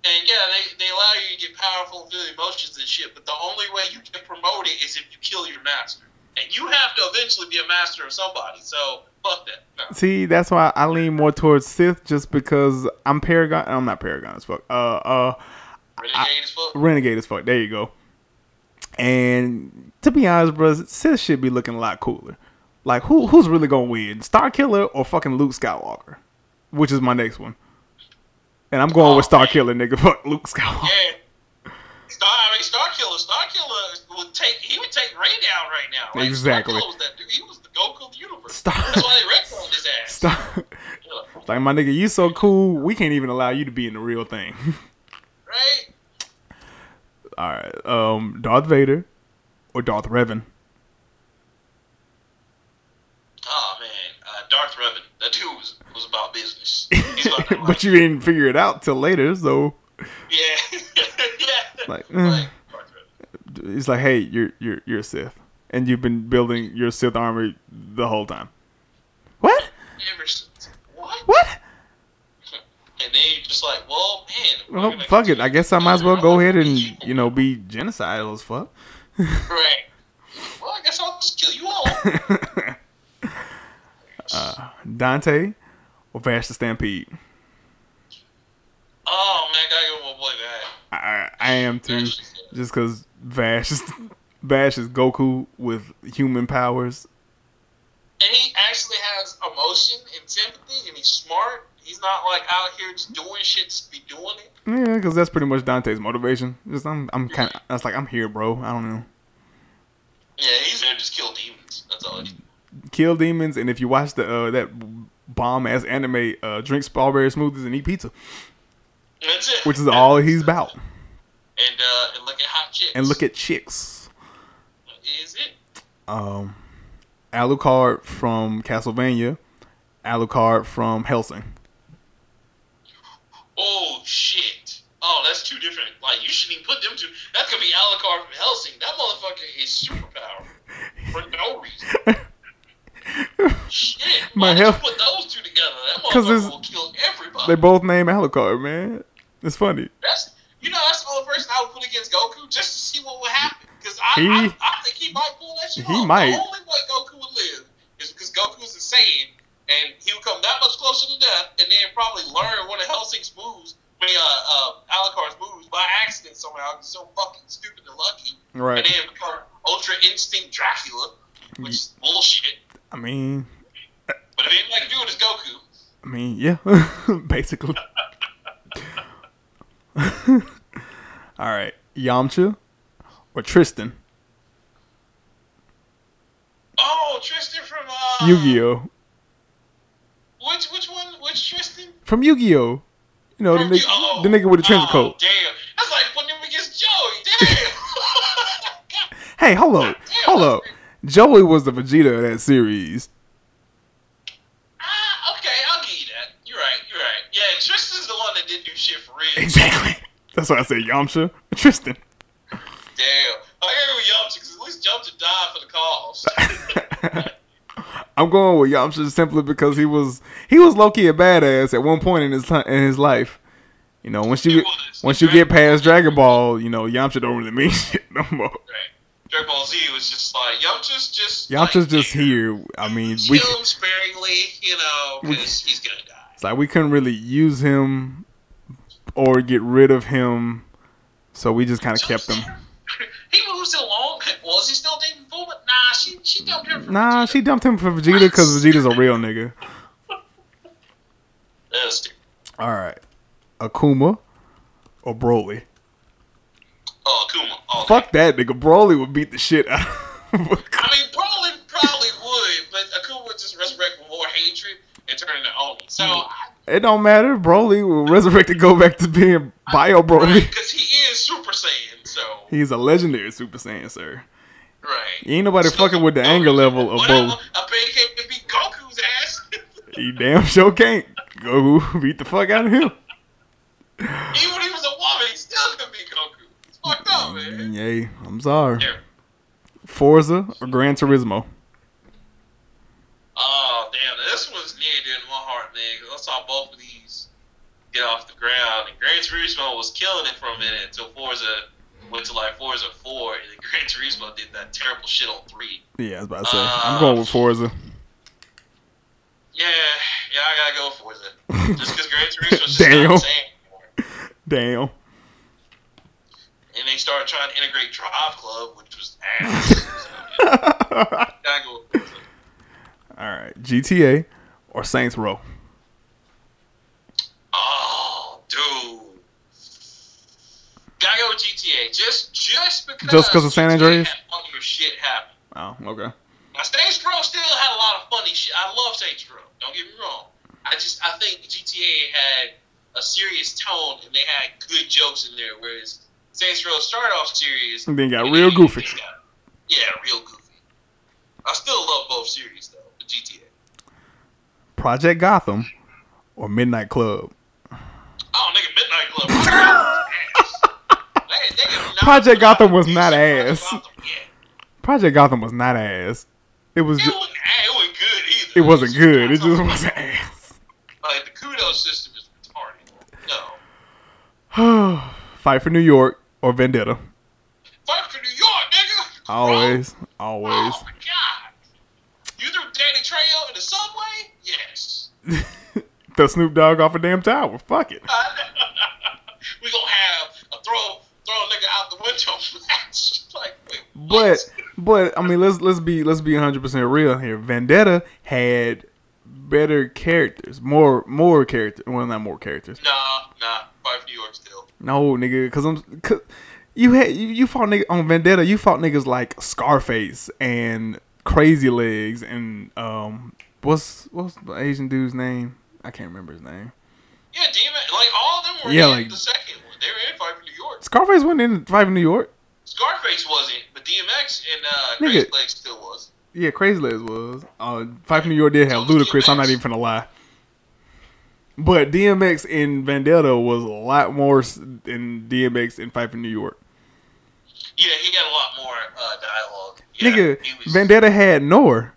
Speaker 1: and yeah, they, they allow you to get powerful and feel emotions and shit. But the only way you can promote it is if you kill your master, and you have to eventually be a master of somebody. So fuck that. No.
Speaker 2: see, that's why I lean more towards Sith, just because I'm Paragon. I'm not Paragon as fuck. Uh, uh,
Speaker 1: Renegade as fuck.
Speaker 2: Renegade as fuck. There you go. And to be honest, bro, Sith should be looking a lot cooler. Like, who who's really gonna win, Star Killer or fucking Luke Skywalker? Which is my next one. And I'm going with
Speaker 1: Oh,
Speaker 2: Star Killer, nigga. [laughs] Fuck Luke Skywalker.
Speaker 1: Yeah. Star, I mean, Star Killer. Star Killer would take. He would take Ray down right now. Like,
Speaker 2: Exactly.
Speaker 1: Star Killer was that dude. He was the Goku of the universe.
Speaker 2: Star-
Speaker 1: That's why they retconned his ass.
Speaker 2: Star- [laughs]
Speaker 1: Yeah.
Speaker 2: like my nigga, you so cool. We can't even allow you to be in the real thing. [laughs]
Speaker 1: Right.
Speaker 2: All right, um, Darth Vader or Darth Revan. [laughs]
Speaker 1: Oh man, uh, Darth Revan. That dude was, was about
Speaker 2: [laughs]
Speaker 1: business. He's about that
Speaker 2: but
Speaker 1: life.
Speaker 2: you didn't figure it out till later, so
Speaker 1: yeah, [laughs] yeah.
Speaker 2: Like, mm.
Speaker 1: Darth Revan.
Speaker 2: it's like, hey, you're you're you're a Sith, and you've been building your Sith armor the whole time. What?
Speaker 1: Ever since what?
Speaker 2: What?
Speaker 1: [laughs] And then you're just like, well, man. we're
Speaker 2: Well,
Speaker 1: gonna
Speaker 2: fuck it.
Speaker 1: continue
Speaker 2: I guess I might as well go
Speaker 1: [laughs]
Speaker 2: ahead and you know be genocidal as fuck. [laughs]
Speaker 1: Right. Well, I guess I'll just kill you all.
Speaker 2: [laughs] Uh. Dante or Vash the Stampede.
Speaker 1: oh man, gotta go with my boy back.
Speaker 2: I, I am too, just because Vash is Vash is Goku with human powers.
Speaker 1: And he actually has emotion and sympathy, and he's smart. He's not like out here just doing shit to be doing it.
Speaker 2: Yeah, because that's pretty much Dante's motivation. Just I'm I'm kind of that's like I'm here, bro. I don't know.
Speaker 1: Yeah, he's there to just kill demons. That's all. He
Speaker 2: Mm. Kill demons, and if you watch the uh, that bomb ass anime, uh, drink strawberry smoothies and eat pizza,
Speaker 1: That's it.
Speaker 2: which is all he's about.
Speaker 1: And uh, and look at hot chicks.
Speaker 2: And look at chicks.
Speaker 1: is it?
Speaker 2: Um, Alucard from Castlevania, Alucard from Helsing.
Speaker 1: Oh shit! Oh, that's two different. Like you shouldn't even put them two. That's gonna be Alucard from Helsing. That motherfucker is superpower for no
Speaker 2: [laughs]
Speaker 1: reason. shit!
Speaker 2: My
Speaker 1: Why did
Speaker 2: hell-
Speaker 1: you put those two together? That
Speaker 2: 'Cause it's-
Speaker 1: motherfucker will kill everybody.
Speaker 2: [laughs] They both name Alucard, man. It's funny.
Speaker 1: That's you know that's the only person I would put against Goku just to see what would happen. Because I,
Speaker 2: He-
Speaker 1: I I think he might pull that shit
Speaker 2: he
Speaker 1: off.
Speaker 2: might.
Speaker 1: The only way Goku would live is because Goku is insane and he would come that much closer to death and then probably learn one of Helsing's moves. I mean, uh, uh, Alucard's moves by accident somehow. He's so fucking stupid and lucky.
Speaker 2: Right.
Speaker 1: And then become Ultra Instinct Dracula, which is bullshit.
Speaker 2: I mean,
Speaker 1: But if anybody can do it, it's Goku.
Speaker 2: I mean, yeah, [laughs] basically. [laughs] All right, Yamcha or Tristan,
Speaker 1: Oh, Tristan from uh,
Speaker 2: Yu-Gi-Oh.
Speaker 1: Which which one? Which Tristan?
Speaker 2: From Yu-Gi-Oh. You know the
Speaker 1: From you-
Speaker 2: nigga,
Speaker 1: oh,
Speaker 2: the nigga with the trench
Speaker 1: oh,
Speaker 2: coat.
Speaker 1: Damn, [laughs] that's like putting him against Joey. Damn.
Speaker 2: Hey, hold up, hold up. Joey was the Vegeta of that series.
Speaker 1: Ah, okay, I'll give you that. You're right. You're right. Yeah, Tristan's the one that didn't do shit for real.
Speaker 2: Exactly. [laughs] That's why I said Yamcha. Tristan. [laughs]
Speaker 1: Damn. Oh, I hear with Yamcha because at least Yamcha died for the cause.
Speaker 2: I'm going with Yamcha simply because he was he was low key a badass at one point in his ti- in his life. You know, [laughs] once
Speaker 1: He
Speaker 2: you
Speaker 1: was.
Speaker 2: once you get past Dragon Ball, you know Yamcha don't really mean [laughs] shit no more.
Speaker 1: right. Dragon Ball Z was just like Yamcha's just
Speaker 2: Yamcha's
Speaker 1: like,
Speaker 2: just here. I mean, we
Speaker 1: kill him sparingly, you know, because he's gonna die.
Speaker 2: it's like we couldn't really use him or get rid of him, so we just kind of kept him.
Speaker 1: [laughs] he moves along. Well, is he still dating Bulma? Nah, she she dumped him. For
Speaker 2: Nah,
Speaker 1: Vegeta.
Speaker 2: she dumped him for Vegeta because Vegeta's a real nigga.
Speaker 1: That was stupid.
Speaker 2: All right, Akuma or Broly.
Speaker 1: Oh, Kuma. Oh,
Speaker 2: Fuck that nigga. Broly would beat the shit out of [laughs]
Speaker 1: I mean, Brolin probably would, but Akuma would just resurrect with more hatred and turn into Oni. So, I-
Speaker 2: It don't matter. Broly will resurrect and go back to being Bio
Speaker 1: right,
Speaker 2: Broly.
Speaker 1: because he is Super Saiyan, so
Speaker 2: He's a legendary Super Saiyan, sir.
Speaker 1: right.
Speaker 2: Ain't nobody fucking with the
Speaker 1: Goku-
Speaker 2: anger level of
Speaker 1: Whatever,
Speaker 2: Broly.
Speaker 1: I bet he can't beat Goku's ass. [laughs]
Speaker 2: He damn sure can't. Goku beat the fuck out of
Speaker 1: Even
Speaker 2: him.
Speaker 1: when he was a woman, he still could beat Goku. It's fucked up, man.
Speaker 2: Yay. I'm sorry.
Speaker 1: Here.
Speaker 2: Forza or Gran Turismo?
Speaker 1: Oh damn, this one's near and dear to my heart, man. 'cause I saw both of these get off the ground, and Gran Turismo was killing it for a minute until Forza went to like Forza Four, and then [laughs] Gran Turismo did that terrible shit on three.
Speaker 2: Yeah, I was about to say. I'm going with Forza.
Speaker 1: Yeah, yeah, I gotta go for it. Just because Gran Turismo's just
Speaker 2: Damn.
Speaker 1: not the same anymore.
Speaker 2: Damn. [laughs]
Speaker 1: And they started trying to integrate Drive Club, which was
Speaker 2: [laughs]
Speaker 1: ass. so, yeah,
Speaker 2: All
Speaker 1: gotta go with Forza.
Speaker 2: right. GTA or Saints Row?
Speaker 1: Oh, dude. Gotta go with GTA. Just, just because.
Speaker 2: Just 'cause of San
Speaker 1: GTA
Speaker 2: Andreas?
Speaker 1: had funnier shit happen.
Speaker 2: Oh, okay.
Speaker 1: Now, Saints Row still had a lot of funny shit. I love Saints Row. Don't get me wrong. I just I think GTA had a serious tone and they had good jokes in there, whereas Saints Row started off serious.
Speaker 2: And then got
Speaker 1: and
Speaker 2: real
Speaker 1: it
Speaker 2: goofy.
Speaker 1: just got- Yeah, real goofy. I still love both series though. The GTA.
Speaker 2: Project Gotham or Midnight Club?
Speaker 1: Oh, nigga, Midnight Club. was ass.
Speaker 2: [laughs]
Speaker 1: They- they did not-
Speaker 2: Project Gotham was not
Speaker 1: Project
Speaker 2: ass.
Speaker 1: Gotham, yeah.
Speaker 2: Project Gotham was not ass. It was.
Speaker 1: It
Speaker 2: Just,
Speaker 1: wasn't, it wasn't good either.
Speaker 2: it wasn't good. It
Speaker 1: It's
Speaker 2: just was ass. [sighs]
Speaker 1: like the kudo system is retarded. No.
Speaker 2: Fight for New York or Vendetta.
Speaker 1: Fuck for New York, nigga.
Speaker 2: Always,
Speaker 1: Oh,
Speaker 2: always.
Speaker 1: oh my god. You threw Danny Trejo in the subway? Yes. [laughs]
Speaker 2: The Snoop Dogg off a damn tower. Fuck it.
Speaker 1: I know. we gonna have a throw throw a nigga out the window [laughs] match. like, wait,
Speaker 2: But
Speaker 1: what?
Speaker 2: but I mean let's let's be let's be 100% real here. Vendetta had better characters, more more character, well not more characters.
Speaker 1: Nah, nah. Fight for New York still.
Speaker 2: No, nigga, cuz I'm cause you had you, you fought nigga on Vendetta, you fought niggas like Scarface and Crazy Legs and um what's what's the Asian dude's name? I can't remember his name.
Speaker 1: Yeah, Demon. Like all of them were
Speaker 2: Yeah,
Speaker 1: in
Speaker 2: like-
Speaker 1: the second one. They were in Fight for New York.
Speaker 2: Scarface wasn't in Five in New York.
Speaker 1: Scarface wasn't, but DMX and uh,
Speaker 2: Nigga.
Speaker 1: Crazy Legs still was.
Speaker 2: Yeah, Crazy Legs was. Uh, Five New York did have Ludacris. I'm not even finna lie. But DMX in Vendetta was a lot more s- than DMX in Fight for New York.
Speaker 1: Yeah, he got a lot more uh, dialogue. Yeah,
Speaker 2: Nigga,
Speaker 1: he was-
Speaker 2: Vendetta had Nor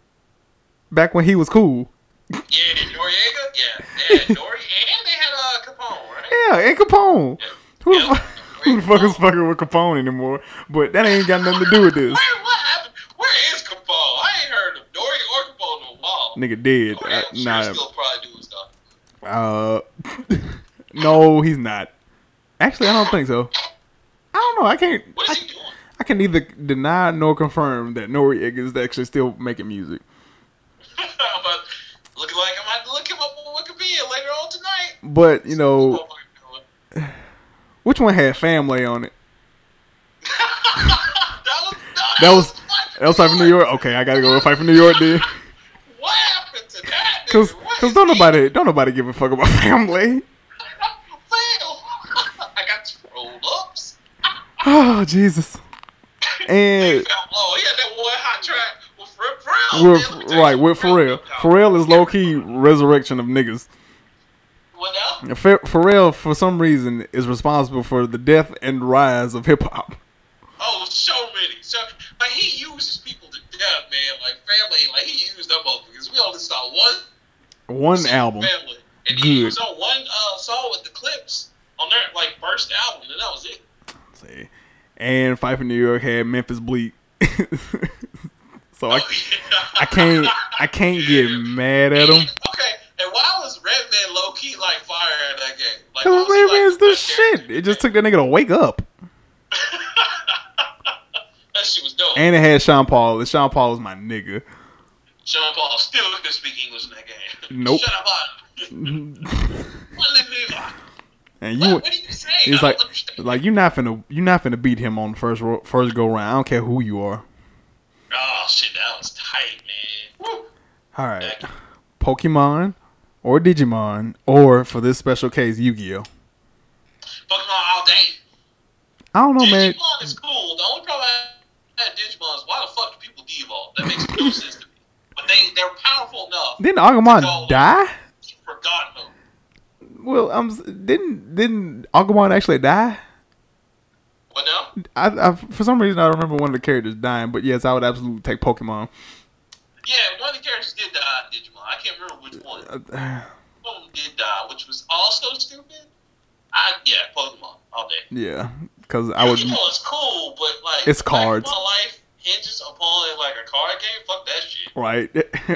Speaker 2: back when he was cool.
Speaker 1: Yeah, Noriega. Yeah, they had Nori, and they had uh, Capone, right?
Speaker 2: Yeah, and Capone. Who the
Speaker 1: Yeah.
Speaker 2: fuck? [laughs] Who the fuck is fucking with Capone anymore? But that ain't got nothing to do with this.
Speaker 1: Where, what happened? Where is Capone? I ain't heard of Nori or Capone in a while.
Speaker 2: Nigga dead.
Speaker 1: Nori,
Speaker 2: Uh,
Speaker 1: I'm sure
Speaker 2: nah.
Speaker 1: still probably doing stuff.
Speaker 2: Uh, [laughs] no, he's not. Actually, I don't think so. I don't know. I can't.
Speaker 1: What
Speaker 2: I
Speaker 1: is he doing? [laughs]
Speaker 2: I can neither deny nor confirm that Noriega is actually still making music.
Speaker 1: but looking like I might have to look him up on Wikipedia later on tonight.
Speaker 2: But you know,
Speaker 1: Oh my God.
Speaker 2: which one had family on it?
Speaker 1: that was no,
Speaker 2: That was
Speaker 1: Fight for
Speaker 2: that was Fight for New York. Okay, I gotta go with Fight for New York then, [laughs]
Speaker 1: What happened to that? nigga?
Speaker 2: cause
Speaker 1: What
Speaker 2: cause
Speaker 1: is
Speaker 2: don't
Speaker 1: he-
Speaker 2: nobody don't nobody give a fuck about [laughs] family.
Speaker 1: [laughs] I got rolled ups.
Speaker 2: Oh Jesus!
Speaker 1: Hey,
Speaker 2: And
Speaker 1: fell low. He had that one hot track, Pharrell.
Speaker 2: We're,
Speaker 1: man, let me tell you
Speaker 2: right,
Speaker 1: something.
Speaker 2: we're Pharrell.
Speaker 1: don't count.
Speaker 2: Pharrell is low key resurrection of niggas.
Speaker 1: What now?
Speaker 2: Pha- Pharrell, for some reason, is responsible for the death and rise of hip hop.
Speaker 1: Oh, so many. So like he uses people to death, man. Like family, like he used them motherfuckers. We only saw one
Speaker 2: One
Speaker 1: single
Speaker 2: album.
Speaker 1: Family. And he
Speaker 2: Good.
Speaker 1: was on one uh, song with the clips on their like first album, and that was it.
Speaker 2: See. And Fife in New York had Memphis Bleak. [laughs]
Speaker 1: [laughs]
Speaker 2: so I, I can't I can't get mad at him.
Speaker 1: Okay, and why was Redman low key like fire at that game? Like, why
Speaker 2: Cause
Speaker 1: was he, like,
Speaker 2: Redman's the
Speaker 1: right there?
Speaker 2: shit. It just took that nigga to wake up.
Speaker 1: that shit was dope.
Speaker 2: And it had Sean Paul. And Sean Paul is my nigga.
Speaker 1: Sean Paul still couldn't speak English in that game.
Speaker 2: Nope.
Speaker 1: Shut up,
Speaker 2: [laughs]
Speaker 1: I- what did he like?
Speaker 2: And
Speaker 1: What,
Speaker 2: you,
Speaker 1: what are you saying?
Speaker 2: it's
Speaker 1: I
Speaker 2: like,
Speaker 1: don't understand.
Speaker 2: like you're not finna, you're not finna beat him on the first ro- first go round. I don't care who you are.
Speaker 1: oh shit, that was tight, man. Woo.
Speaker 2: All right, Pokemon or Digimon or for this special case, Yu-Gi-Oh.
Speaker 1: Pokemon all day.
Speaker 2: I don't know, man.
Speaker 1: Digimon is cool. The only problem I had with Digimon is why the fuck do people devolve? That makes no [laughs] sense to me. But they they're powerful enough.
Speaker 2: Didn't Agumon die?
Speaker 1: For God knows.
Speaker 2: Well, I'm s- didn't didn't Agumon actually die?
Speaker 1: What now?
Speaker 2: I, I for some reason I remember one of the characters dying, but yes, I would absolutely take Pokemon. [sighs]
Speaker 1: Yeah, one of the characters did die in Digimon. I can't remember which one. One
Speaker 2: Uh,
Speaker 1: of them did die, which was also stupid. I yeah, Pokemon all day.
Speaker 2: yeah, because I would.
Speaker 1: You know, it's cool, but like
Speaker 2: It's
Speaker 1: the fact
Speaker 2: cards.
Speaker 1: My life hinges upon like a card game. Fuck that shit.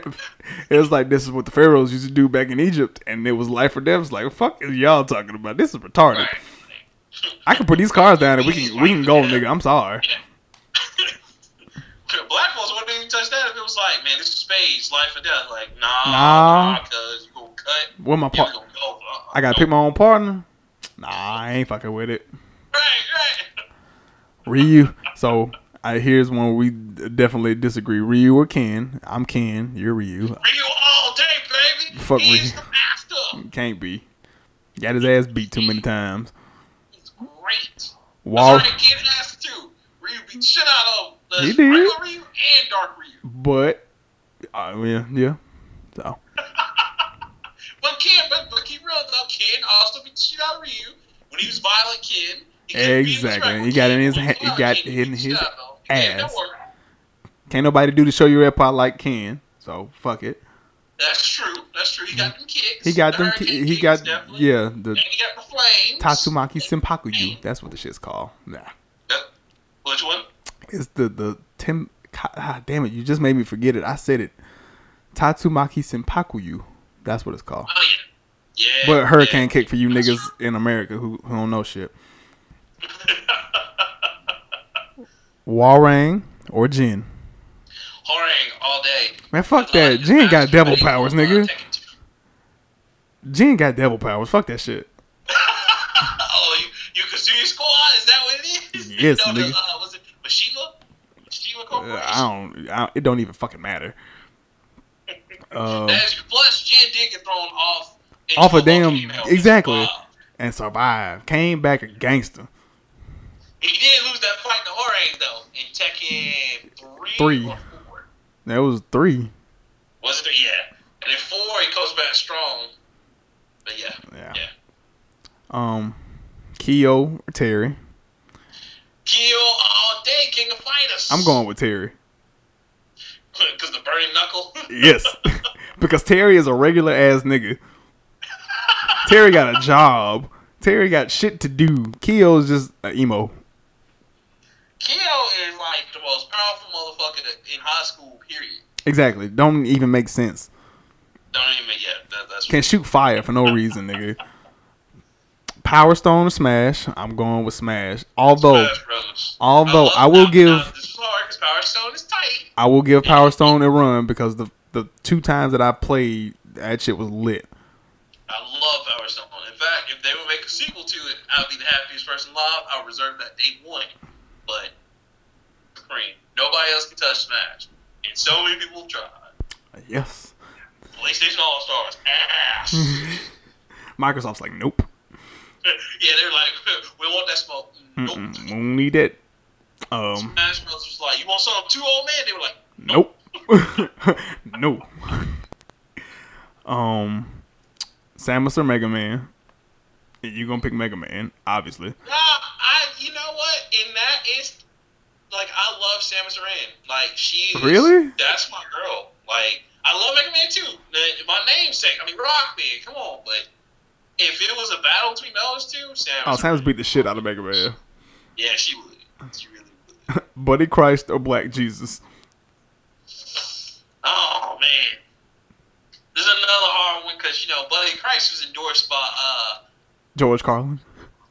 Speaker 2: Right, [laughs] it was like this is what the pharaohs used to do back in Egypt, and it was life or death. It's like fuck is y'all talking about? This is retarded.
Speaker 1: Right. [laughs]
Speaker 2: I can put these cards down and we can we can go, nigga. I'm sorry.
Speaker 1: Black folks wouldn't even touch that if it was like, man, this is spades, life or death. Like, nah,
Speaker 2: Nah.
Speaker 1: nah, cause you gonna cut.
Speaker 2: Where my
Speaker 1: Yeah, we
Speaker 2: part?
Speaker 1: gonna go. Uh-uh.
Speaker 2: I gotta pick my own partner. Nah, I ain't fucking with it.
Speaker 1: Right, [laughs] right.
Speaker 2: Ryu. So I here's one we definitely disagree. Ryu or Ken? I'm Ken. You're Ryu.
Speaker 1: Real all day, baby.
Speaker 2: Fuck
Speaker 1: He's
Speaker 2: Ryu.
Speaker 1: the master.
Speaker 2: Can't be. Got his ass beat too many times.
Speaker 1: He's great.
Speaker 2: Wall,
Speaker 1: Sorry, kid ass too. Ryu beat the shit out of the
Speaker 2: He did.
Speaker 1: regular Ryu and Dark Ryu.
Speaker 2: but uh, yeah, yeah. So
Speaker 1: But Ken, but, but keep real though, Ken also beat the shit out of Ryu when he was violent. Ken. He couldn't beat him as
Speaker 2: Exactly.
Speaker 1: regular
Speaker 2: He got in
Speaker 1: Ken.
Speaker 2: his
Speaker 1: When
Speaker 2: ha- he
Speaker 1: violent
Speaker 2: got
Speaker 1: Ken,
Speaker 2: in
Speaker 1: beat the shit
Speaker 2: his
Speaker 1: out of him. He gave that
Speaker 2: ass.
Speaker 1: work.
Speaker 2: can't nobody do the show your rep out like Ken. So fuck it.
Speaker 1: That's true. That's true. He got them kicks.
Speaker 2: He got
Speaker 1: The
Speaker 2: them.
Speaker 1: hurricane
Speaker 2: He
Speaker 1: kicks,
Speaker 2: got
Speaker 1: definitely.
Speaker 2: yeah. The
Speaker 1: And he got the flames.
Speaker 2: Tatsumaki Senpakuyu. That's what the shit's called. Nah.
Speaker 1: Yep. Which one?
Speaker 2: It's the the Tim. Ah, damn it! You just made me forget it. I said it. Tatsumaki Senpakuyu. That's what it's called.
Speaker 1: Oh yeah. Yeah.
Speaker 2: But hurricane
Speaker 1: yeah.
Speaker 2: kick for you niggas in America who, who don't know shit.
Speaker 1: [laughs]
Speaker 2: Warang or Jin?
Speaker 1: Horang all day.
Speaker 2: Man, fuck
Speaker 1: Like,
Speaker 2: that. Jin got
Speaker 1: that's
Speaker 2: devil
Speaker 1: what he was,
Speaker 2: powers,
Speaker 1: uh,
Speaker 2: nigga.
Speaker 1: taking to-
Speaker 2: Jin got devil powers. Fuck that shit.
Speaker 1: Oh, you you Kazuya Squad? Is that what it is?
Speaker 2: [laughs] Yes,
Speaker 1: no, the,
Speaker 2: nigga.
Speaker 1: uh, was it Mishima? Mishima
Speaker 2: Uh,
Speaker 1: Corporation.
Speaker 2: I don't. I, it don't even fucking [laughs] matter. Uh,
Speaker 1: That's- plus, Jin did get thrown off. into
Speaker 2: off a
Speaker 1: local
Speaker 2: damn
Speaker 1: email.
Speaker 2: exactly,
Speaker 1: Uh,
Speaker 2: and survive. Came back a gangster.
Speaker 1: he did lose that fight to Horang though in Tekken three.
Speaker 2: Three.
Speaker 1: Or four.
Speaker 2: That was three.
Speaker 1: Was it? Yeah. And in four, he comes back strong. But yeah,
Speaker 2: Yeah.
Speaker 1: yeah.
Speaker 2: Um, Keo or Terry?
Speaker 1: Kill all day, King of Fighters.
Speaker 2: I'm
Speaker 1: [laughs]
Speaker 2: going with Terry.
Speaker 1: because the burning knuckle.
Speaker 2: Yes, [laughs] because Terry is a regular ass nigga. Terry got a job. Terry got shit to do. Keo is just an emo.
Speaker 1: [laughs] Kill is like the most powerful motherfucker that- in high school. Period.
Speaker 2: Exactly. Don't even make sense.
Speaker 1: Don't even yeah. That, that's
Speaker 2: Can shoot fire for no reason, nigga. Power Stone or Smash? I'm going with Smash. Although
Speaker 1: Smash Brothers.
Speaker 2: although
Speaker 1: love-
Speaker 2: I will
Speaker 1: I'm
Speaker 2: give-
Speaker 1: not- This is hard 'cause Power Stone is tight.
Speaker 2: I will give Power Stone a run because the the two times that I played, that shit was lit.
Speaker 1: I love Power Stone. In fact, if they would make a sequel to it, I'd be the happiest person alive. I would reserve that day one. But Supreme, nobody else can touch Smash, and so many people have tried.
Speaker 2: Yes.
Speaker 1: PlayStation All Stars
Speaker 2: [laughs]
Speaker 1: ass. [laughs]
Speaker 2: Microsoft's like, nope.
Speaker 1: yeah, they're like, [laughs] we want that smoke. Nope.
Speaker 2: Mm-mm, we don't need it. Um,
Speaker 1: Smash Bros was like, you want something too old man? They were like,
Speaker 2: nope. [laughs] no. um, Samus or Mega Man? You're gonna pick Mega Man, obviously.
Speaker 1: Nah, I. You know what? In that is like I love Samus Aran. Like she. is-
Speaker 2: Really?
Speaker 1: That's my girl. Like I love Mega Man too. The- My namesake. I mean, Rock Man. Come on, but if it was a battle between those two, Samus.
Speaker 2: Oh, Samus beat the shit out of Mega Man.
Speaker 1: Yeah, she would. She really would. [laughs]
Speaker 2: Buddy Christ or Black Jesus?
Speaker 1: Oh man. This is another hard one because you know Buddy Christ was endorsed by uh
Speaker 2: George Carlin.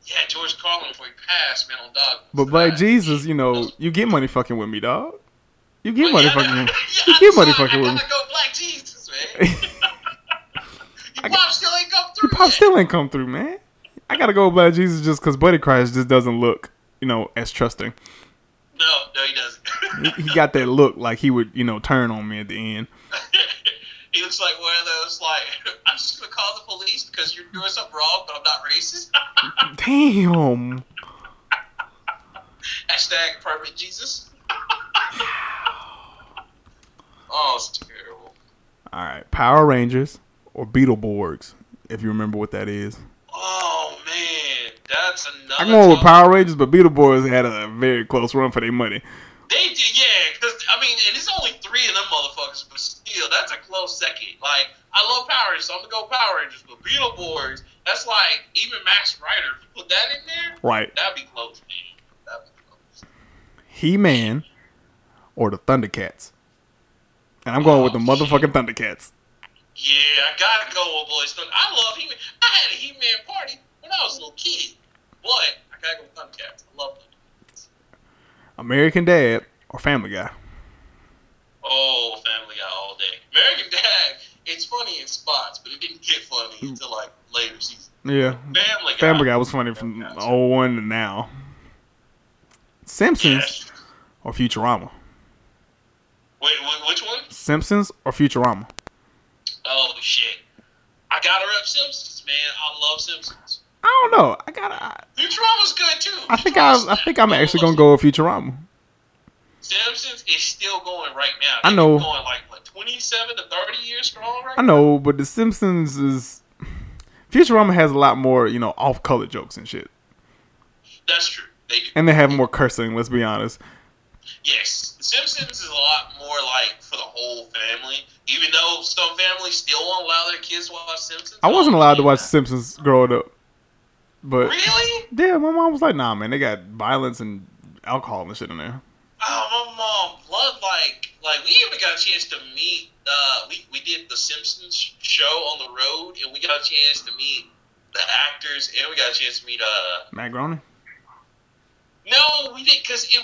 Speaker 1: yeah George Carlin before he passed man on dog.
Speaker 2: But Black
Speaker 1: Uh,
Speaker 2: Jesus, you know, you get money fucking with me, dog. You get
Speaker 1: Well,
Speaker 2: money
Speaker 1: yeah,
Speaker 2: fucking.
Speaker 1: I-
Speaker 2: with me.
Speaker 1: [laughs] yeah,
Speaker 2: You
Speaker 1: I'm
Speaker 2: get money
Speaker 1: sorry,
Speaker 2: fucking
Speaker 1: I
Speaker 2: with me.
Speaker 1: gotta
Speaker 2: [laughs]
Speaker 1: go Black Jesus, man. Your pop still ain't come through.
Speaker 2: Your pop
Speaker 1: yet.
Speaker 2: still ain't come through, man. I gotta go with Black Jesus just because Buddy Christ just doesn't look, you know, as trusting.
Speaker 1: No, no, he doesn't. [laughs]
Speaker 2: He, he got that look like he would, you know, turn on me at the end.
Speaker 1: he looks like one of those like [laughs] I'm just gonna call the police because you're doing something wrong, but I'm not racist. [laughs]
Speaker 2: Damn.
Speaker 1: Hashtag perfect Jesus. [laughs] oh, it's terrible.
Speaker 2: All right, Power Rangers or Beetleborgs, if you remember what that is.
Speaker 1: Oh man, that's another.
Speaker 2: I'm going with
Speaker 1: tough-
Speaker 2: Power Rangers, but Beetleborgs had a very close run for their money.
Speaker 1: They did, yeah. Because I mean, and it's only three of them motherfuckers, but still, that's a close second. Like, I love Power Rangers, so I'm gonna go Power Rangers. But Beetleborgs, that's like even Max Ryder. If you put that in there,
Speaker 2: Right,
Speaker 1: that'd be close, man. That'd be close.
Speaker 2: He Man or the Thundercats. And I'm going with the motherfucking Thundercats.
Speaker 1: Yeah, I gotta go with Boys Thunder. I love He-Man. I had a He-Man party when I was a little kid, but I gotta go with Thundercats. I love them.
Speaker 2: American Dad or Family Guy.
Speaker 1: Oh, Family Guy all day. American Dad. It's funny in spots, but it didn't get funny until like later seasons.
Speaker 2: Yeah,
Speaker 1: Family Guy.
Speaker 2: Hmm. Uh-huh. Family Guy was funny from
Speaker 1: Family Guy.
Speaker 2: 01 to now. Simpsons
Speaker 1: Yes.
Speaker 2: or Futurama?
Speaker 1: Wait, wh- which one?
Speaker 2: Simpsons or Futurama?
Speaker 1: Oh shit! I gotta rep Simpsons, man. I love Simpsons.
Speaker 2: I don't know. I gotta. I,
Speaker 1: Futurama's good too.
Speaker 2: I think I. I think I'm actually gonna go with Futurama.
Speaker 1: Simpsons is still going right now.
Speaker 2: I know.
Speaker 1: They've been Going like what, 27 to 30 years strong right
Speaker 2: I know, but The Simpsons is Futurama has a lot more, you know, off-color jokes and shit,
Speaker 1: now. That's true. They do.
Speaker 2: and they have more cursing. Let's be honest.
Speaker 1: Yes, Simpsons is a lot more like for the whole family. Even though some families still won't allow their kids to watch Simpsons.
Speaker 2: I wasn't allowed to watch
Speaker 1: Simpsons.
Speaker 2: Simpsons growing up, but
Speaker 1: Really?
Speaker 2: yeah, my mom was like, "Nah, man, they got violence and alcohol and shit in there."
Speaker 1: Oh, my mom loved like like we even got a chance to meet. Uh, we we did the Simpsons show on the road, and we got a chance to meet the actors, and we got a chance to meet. Uh,
Speaker 2: Matt Groening.
Speaker 1: no, we didn't because it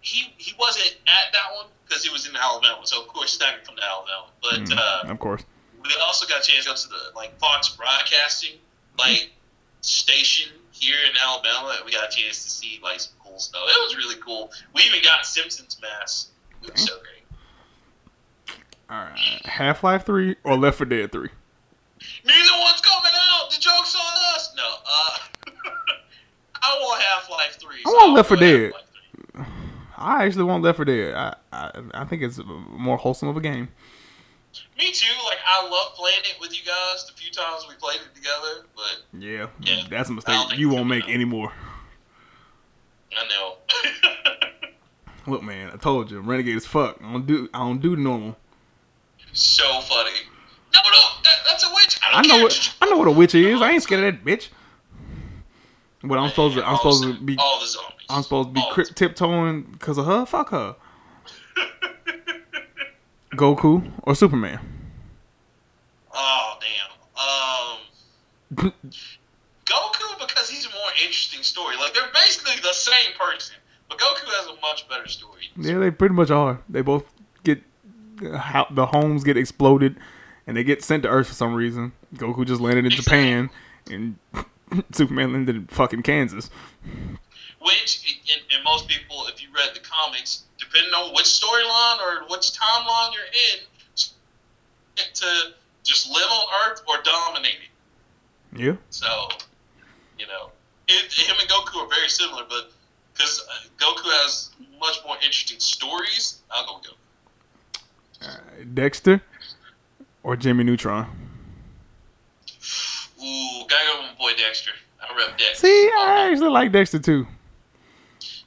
Speaker 1: he he wasn't at that one because he was in Alabama, so of course he's not gonna come to Alabama. But
Speaker 2: Mm,
Speaker 1: uh,
Speaker 2: of course.
Speaker 1: we also got a chance to go to the like Fox Broadcasting like station here in Alabama, and we got a chance to see like some cool stuff. It was really cool. We even got Simpsons masks. It was so great.
Speaker 2: All right. Half Life Three or Left 4 Dead Three.
Speaker 1: Neither one's coming out. The joke's on us. No, uh, [laughs] I want Half Life Three.
Speaker 2: I want
Speaker 1: I'll
Speaker 2: Left
Speaker 1: go
Speaker 2: 4 Dead.
Speaker 1: Half-Life 3.
Speaker 2: I actually want Left 4 Dead. I, I I think it's more wholesome of a game.
Speaker 1: Me too. Like I love playing it with you guys. The few times we played it together, but
Speaker 2: Yeah,
Speaker 1: Yeah.
Speaker 2: that's a
Speaker 1: I don't
Speaker 2: mistake
Speaker 1: think
Speaker 2: you
Speaker 1: it's
Speaker 2: won't
Speaker 1: gonna
Speaker 2: make
Speaker 1: be out.
Speaker 2: anymore.
Speaker 1: I know. [laughs]
Speaker 2: Look, man, I told you, renegade as fuck. I don't do I don't do normal.
Speaker 1: so funny. No, no, that, that's a witch. I,
Speaker 2: I
Speaker 1: don't
Speaker 2: know
Speaker 1: care.
Speaker 2: what I know what a witch is. I ain't scared of that bitch. But I'm supposed to I'm
Speaker 1: All
Speaker 2: supposed
Speaker 1: the-
Speaker 2: to be
Speaker 1: all the zombies.
Speaker 2: I'm supposed to be
Speaker 1: All the-
Speaker 2: crypt tiptoeing because of her. Fuck her. Goku or Superman?
Speaker 1: [laughs]
Speaker 2: [laughs]
Speaker 1: Oh damn. Um, Goku because he's a more interesting story. Like they're basically the same person, but Goku has a much better story.
Speaker 2: Yeah, they pretty much are. They both get how the homes get exploded, and they get sent to Earth for some reason. Goku just landed in Japan, and [laughs] Superman landed in fucking Kansas.
Speaker 1: Which, and, and most people, if you read the comics, depending on which storyline or which timeline you're in, get to just live on Earth or dominate it.
Speaker 2: Yeah,
Speaker 1: So, you know, it, him and Goku are very similar, but uh, because Goku has much more interesting stories, I'll go with Goku.
Speaker 2: Uh, Dexter or Jimmy Neutron?
Speaker 1: Ooh, gotta go with my boy Dexter. I rep Dexter.
Speaker 2: See, I actually like Dexter too.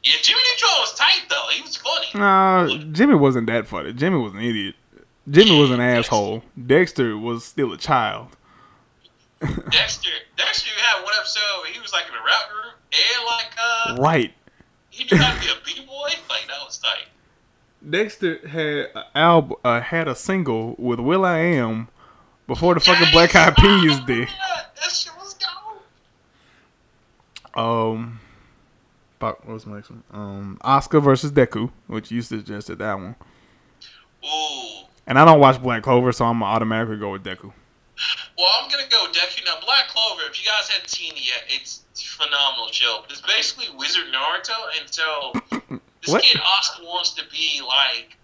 Speaker 1: Yeah, Jimmy Neutron was tight though. He was funny.
Speaker 2: [laughs] Nah, Jimmy wasn't that funny. Jimmy was an idiot. Jimmy was an asshole. Dexter was still a child.
Speaker 1: Dexter, Dexter had one episode where he was like in a rap group and like uh,
Speaker 2: Right.
Speaker 1: he knew how to be a b boy. Like that was tight.
Speaker 2: Dexter had a alb- uh, had a single with Will I Am before the fucking
Speaker 1: [laughs]
Speaker 2: Black Eyed Peas did.
Speaker 1: Yeah, that shit was gone.
Speaker 2: Um, fuck, what was my next one? Um, Oscar versus Deku, which you suggested that one.
Speaker 1: Ooh.
Speaker 2: And I don't watch Black Clover, so I'm gonna automatically go with Deku. [laughs]
Speaker 1: Well, I'm gonna go Deku now. Black Clover. If you guys haven't seen it yet, it's phenomenal show. It's basically Wizard Naruto, and so this
Speaker 2: What?
Speaker 1: kid Oscar wants to be like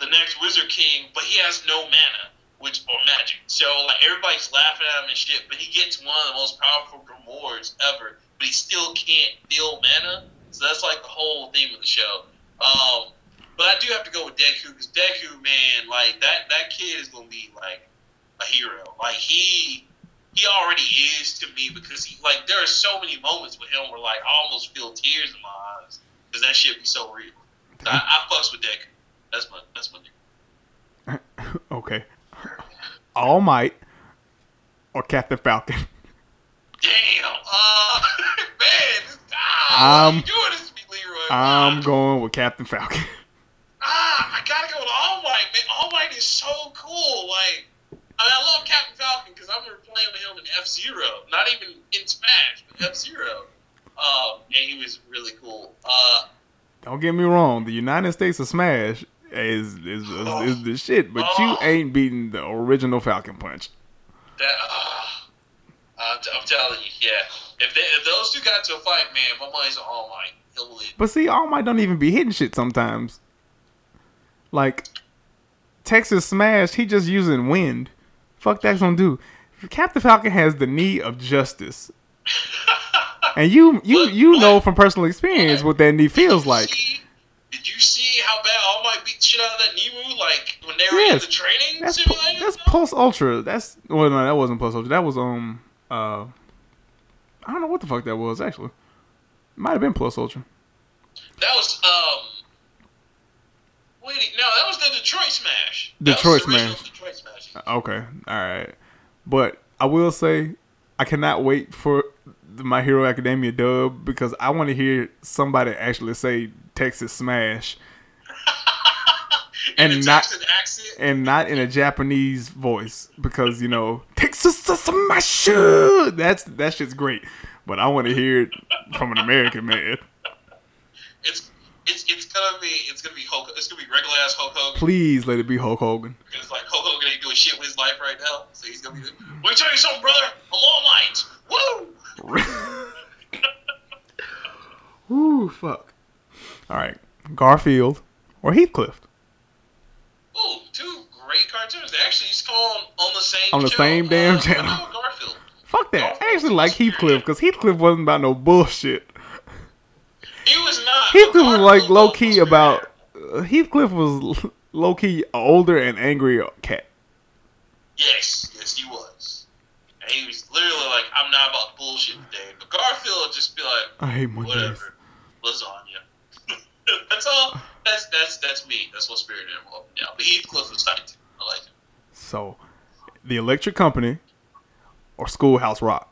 Speaker 1: the next Wizard King, but he has no mana, which or magic. So like everybody's laughing at him and shit, but he gets one of the most powerful rewards ever, but he still can't deal mana. So that's like the whole theme of the show. Um, but I do have to go with Deku because Deku, man, like that that kid is gonna be like a hero. Like he he already is to me because he like there are so many moments with him where like I almost feel tears in my eyes because that shit be so real.
Speaker 2: Mm-hmm.
Speaker 1: So I, I fucks with Deku. That's my that's my. nigga.
Speaker 2: Okay. All Might or Captain Falcon. [laughs]
Speaker 1: Damn, uh, [laughs] man, this, ah,
Speaker 2: I'm-
Speaker 1: you doing this to me, Leroy?
Speaker 2: I'm
Speaker 1: Ah,
Speaker 2: going with Captain Falcon. [laughs]
Speaker 1: ah, I gotta go with All Might, man. All Might is so cool. Like, I, mean, I love Captain Falcon because I remember playing with him in F Zero, not even in Smash, but F Zero. Um, and he was really cool. Uh,
Speaker 2: Don't get me wrong, the United States of Smash is is, is, is the shit, but you ain't beating the original Falcon Punch.
Speaker 1: That, ah, I'm, I'm telling you, yeah. If, they, if those two got to a fight, man, my money's on All Might. He'll win.
Speaker 2: But see, All Might don't even be hitting shit sometimes. Like Texas Smash, he just using wind. Fuck that's gonna do. Captain Falcon has the knee of justice. And you you you know from personal experience what that knee [laughs] feels like.
Speaker 1: See, did you see how bad All Might beat the shit out of that Nemu? Like when they were
Speaker 2: Yes.
Speaker 1: in the training
Speaker 2: That's pu-
Speaker 1: simulator.
Speaker 2: that's Pulse Ultra. That's well, no, that wasn't Pulse Ultra. That was um, uh, I don't know what the fuck that was actually. Might have been Pulse Ultra.
Speaker 1: that was um. Wait, no, that was the Detroit Smash.
Speaker 2: Detroit
Speaker 1: that was the original
Speaker 2: Smash. Uh,
Speaker 1: Detroit Smash. [laughs]
Speaker 2: Okay, all right, but I will say I cannot wait for the My Hero Academia dub because I want to hear somebody actually say Texas Smash
Speaker 1: And,
Speaker 2: And
Speaker 1: the
Speaker 2: not-
Speaker 1: Texan accent.
Speaker 2: and not in a Japanese voice because you know Texas Smash. That's that shit's great, but I want to hear it from an American man.
Speaker 1: It's it's it's gonna be it's gonna be Hulk. It's gonna be regular ass Hulk Hogan.
Speaker 2: Please let it be Hulk Hogan. [laughs]
Speaker 1: Because like [laughs] Hulk Hogan ain't doing shit with his life right now, so he's gonna be. Like, Let me tell you something, brother. I'm all mine. Woo!
Speaker 2: Ooh, fuck. All right, Garfield or Heathcliff
Speaker 1: Ooh, two great cartoons. They actually used to come on on the same
Speaker 2: On the
Speaker 1: show,
Speaker 2: same
Speaker 1: uh,
Speaker 2: damn channel.
Speaker 1: Noah Garfield.
Speaker 2: Fuck that. I actually like Heathcliff because Heathcliff wasn't about no bullshit.
Speaker 1: He was not.
Speaker 2: Heathcliff was
Speaker 1: Garfield
Speaker 2: like low key
Speaker 1: was
Speaker 2: about. Uh, Heathcliff was low key older and angry cat.
Speaker 1: Yes, yes, he was. And he was literally like, "I'm not about bullshit today." But Garfield would just be like,
Speaker 2: I hate Mondays.
Speaker 1: "Whatever, lasagna." [laughs] that's all. That's that's that's me. That's what Spirit Animal. Yeah, but Heathcliff was tight. too. I like him.
Speaker 2: So, the Electric Company or Schoolhouse Rock.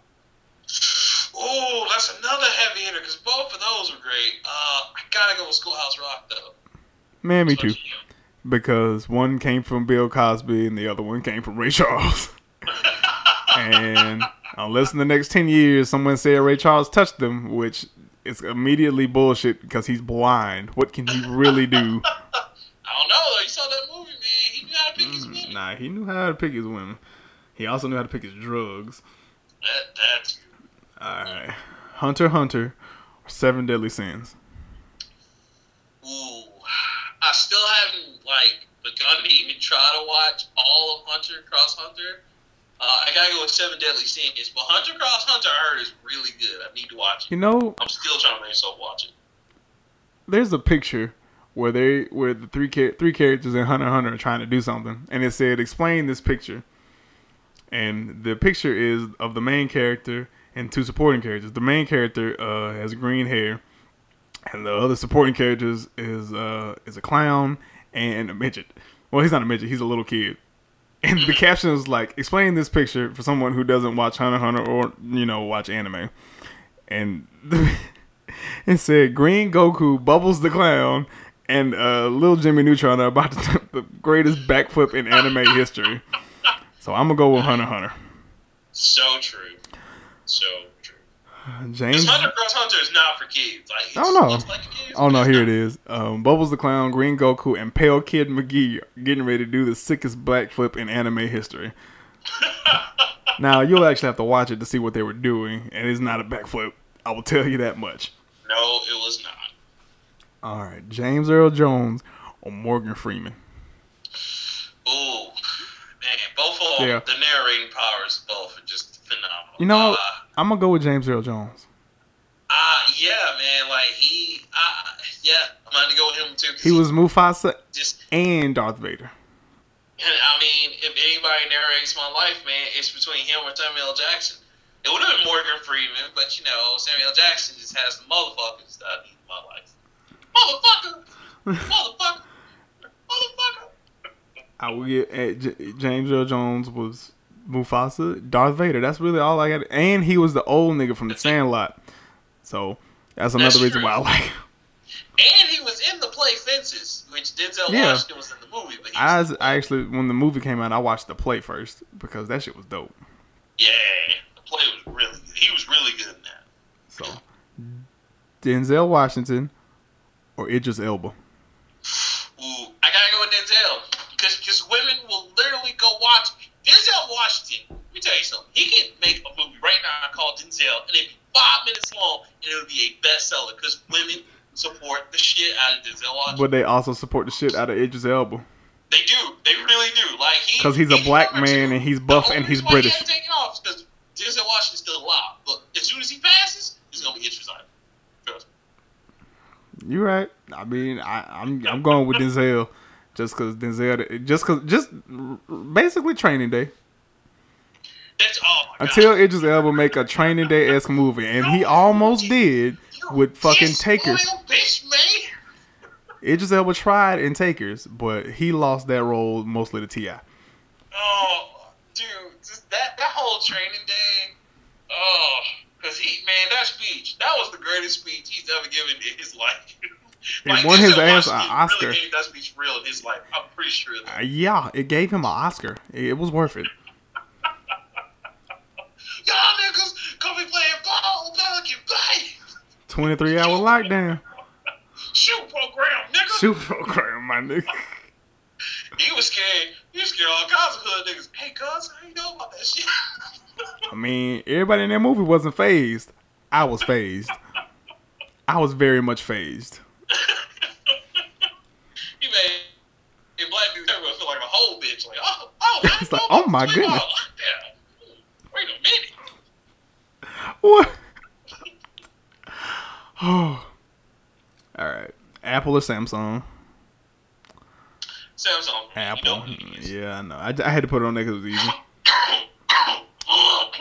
Speaker 1: Oh, that's another heavy hitter because both of those were great. Uh, I gotta go with Schoolhouse Rock though.
Speaker 2: Man, me
Speaker 1: What
Speaker 2: too.
Speaker 1: you know?
Speaker 2: because one came from Bill Cosby and the other one came from Ray Charles. and unless in the next 10 years someone said Ray Charles touched them, which is immediately bullshit because he's blind, what can he really do?
Speaker 1: I don't know though. You saw that movie, man. He knew how to pick his women.
Speaker 2: Mm, nah, he knew how to pick his women. He also knew how to pick his drugs.
Speaker 1: That, that's
Speaker 2: Alright. Hunter Hunter or Seven Deadly Sins.
Speaker 1: ooh. I still haven't like begun to even try to watch all of Hunter Cross Hunter. Uh, I gotta go with Seven Deadly Sins, but Hunter Cross Hunter I heard is really good. I need to watch it.
Speaker 2: You know,
Speaker 1: I'm still trying to make myself watch it.
Speaker 2: there's a picture where they where the three char- three characters in Hunter x Hunter are trying to do something, and it said explain this picture, and the picture is of the main character and two supporting characters. The main character uh, has green hair, and the other supporting characters is uh, is a clown and a midget. Well, he's not a midget; he's a little kid. And the caption is like, "Explain this picture for someone who doesn't watch Hunter x Hunter or you know watch anime." And [laughs] it said, "Green Goku bubbles the clown." And uh, little Jimmy Neutron are about to [laughs] do the greatest backflip in anime history. So I'm gonna go with Hunter x Hunter.
Speaker 1: So true. So true.
Speaker 2: James.
Speaker 1: Because Hunter Cross Hunter is not for kids. Like, it's,
Speaker 2: Oh, no.
Speaker 1: It's like it is,
Speaker 2: Oh
Speaker 1: but
Speaker 2: no,
Speaker 1: it's
Speaker 2: here
Speaker 1: not.
Speaker 2: it is. Um, Bubbles the Clown, Green Goku, and Pale Kid McGee are getting ready to do the sickest backflip in anime history. now you'll actually have to watch it to see what they were doing, and it's not a backflip. I will tell you that much.
Speaker 1: No, it was not.
Speaker 2: All right, James Earl Jones or Morgan Freeman.
Speaker 1: Ooh, man, both of them,
Speaker 2: Yeah.
Speaker 1: the narrating powers of both are just phenomenal.
Speaker 2: You know,
Speaker 1: uh,
Speaker 2: I'm gonna go with James Earl Jones.
Speaker 1: uh, yeah, man, like he, uh, yeah, I'm gonna have to go with him too. 'cause
Speaker 2: He was Mufasa
Speaker 1: just,
Speaker 2: and Darth Vader.
Speaker 1: and I mean, if anybody narrates my life, man, it's between him or Samuel L. Jackson. It would have been Morgan Freeman, but you know, Samuel L. Jackson just has the motherfuckers that I need in my life. Motherfucker,
Speaker 2: [laughs]
Speaker 1: motherfucker, motherfucker.
Speaker 2: I will get eh, J- James Earl Jones was Mufasa, Darth Vader. That's really all I got. And he was the old nigga from the Sandlot, so that's another
Speaker 1: That's
Speaker 2: reason
Speaker 1: true.
Speaker 2: why I like. Him.
Speaker 1: And he was in the play Fences, which Denzel
Speaker 2: Yeah.
Speaker 1: Washington was in the movie. But he
Speaker 2: I, was- I actually, when the movie came out, I watched the play first because that shit was dope.
Speaker 1: Yeah, the play was really good. He was really good in that.
Speaker 2: So Denzel Washington or Idris Elba.
Speaker 1: Ooh, I gotta go with Denzel because because women will literally go watch Denzel Washington. Let me tell you something. He can make a movie right now called Denzel, and it'd be five minutes long, and it would be a bestseller because women support the shit out of Denzel Washington.
Speaker 2: But they also support the shit out of Idris Elba
Speaker 1: they do. They really do. Like he
Speaker 2: because he's a black
Speaker 1: number two.
Speaker 2: man and he's
Speaker 1: The
Speaker 2: buff
Speaker 1: only
Speaker 2: and he's
Speaker 1: reason why he
Speaker 2: British.
Speaker 1: hasn't taken off because Denzel Washington's still alive. But as soon as he passes, it's gonna be Idris Elba. Trust me.
Speaker 2: You right. I mean, I, I'm I'm going with Denzel, just because Denzel, just because just r- r- basically Training Day
Speaker 1: That's all. Oh my God.
Speaker 2: until Idris Elba make a Training Day esque movie, and he almost did with fucking
Speaker 1: Yes,
Speaker 2: Takers.
Speaker 1: loyal Bitch, man.
Speaker 2: Idris Elba tried in Takers, but he lost that role mostly to Ti.
Speaker 1: Oh, dude, just that that whole training day. Oh, cause he man, that speech, that was the greatest speech he's ever given in his life. [laughs]
Speaker 2: He won his
Speaker 1: Denzel
Speaker 2: ass a
Speaker 1: Washington
Speaker 2: Oscar.
Speaker 1: Really gave that speech real in his life. I'm pretty sure of that.
Speaker 2: Uh, yeah, it gave him an Oscar. It, it was worth it.
Speaker 1: Y'all niggas gonna be playing ball, Pelican Bay.
Speaker 2: Twenty three hour lockdown.
Speaker 1: Shoot program, nigga.
Speaker 2: [laughs] Shoot program, my nigga.
Speaker 1: He was scared. He was scared of all kinds of hood niggas. Hey, cuz, I ain't know about that shit. [laughs]
Speaker 2: I mean, everybody in that movie wasn't phased. I was phased. I was very much phased.
Speaker 1: he made. And black dudes everywhere feel like a whole bitch. Like, oh, oh, I
Speaker 2: [laughs] It's like,
Speaker 1: know
Speaker 2: oh
Speaker 1: about
Speaker 2: my
Speaker 1: the football
Speaker 2: goodness.
Speaker 1: like that. Hmm, Wait a minute.
Speaker 2: What? [sighs] Oh. All right. Apple or Samsung?
Speaker 1: Samsung.
Speaker 2: Apple.
Speaker 1: You know what it is.
Speaker 2: Yeah, I know. I, I had to put it on there because it was easy. hmm,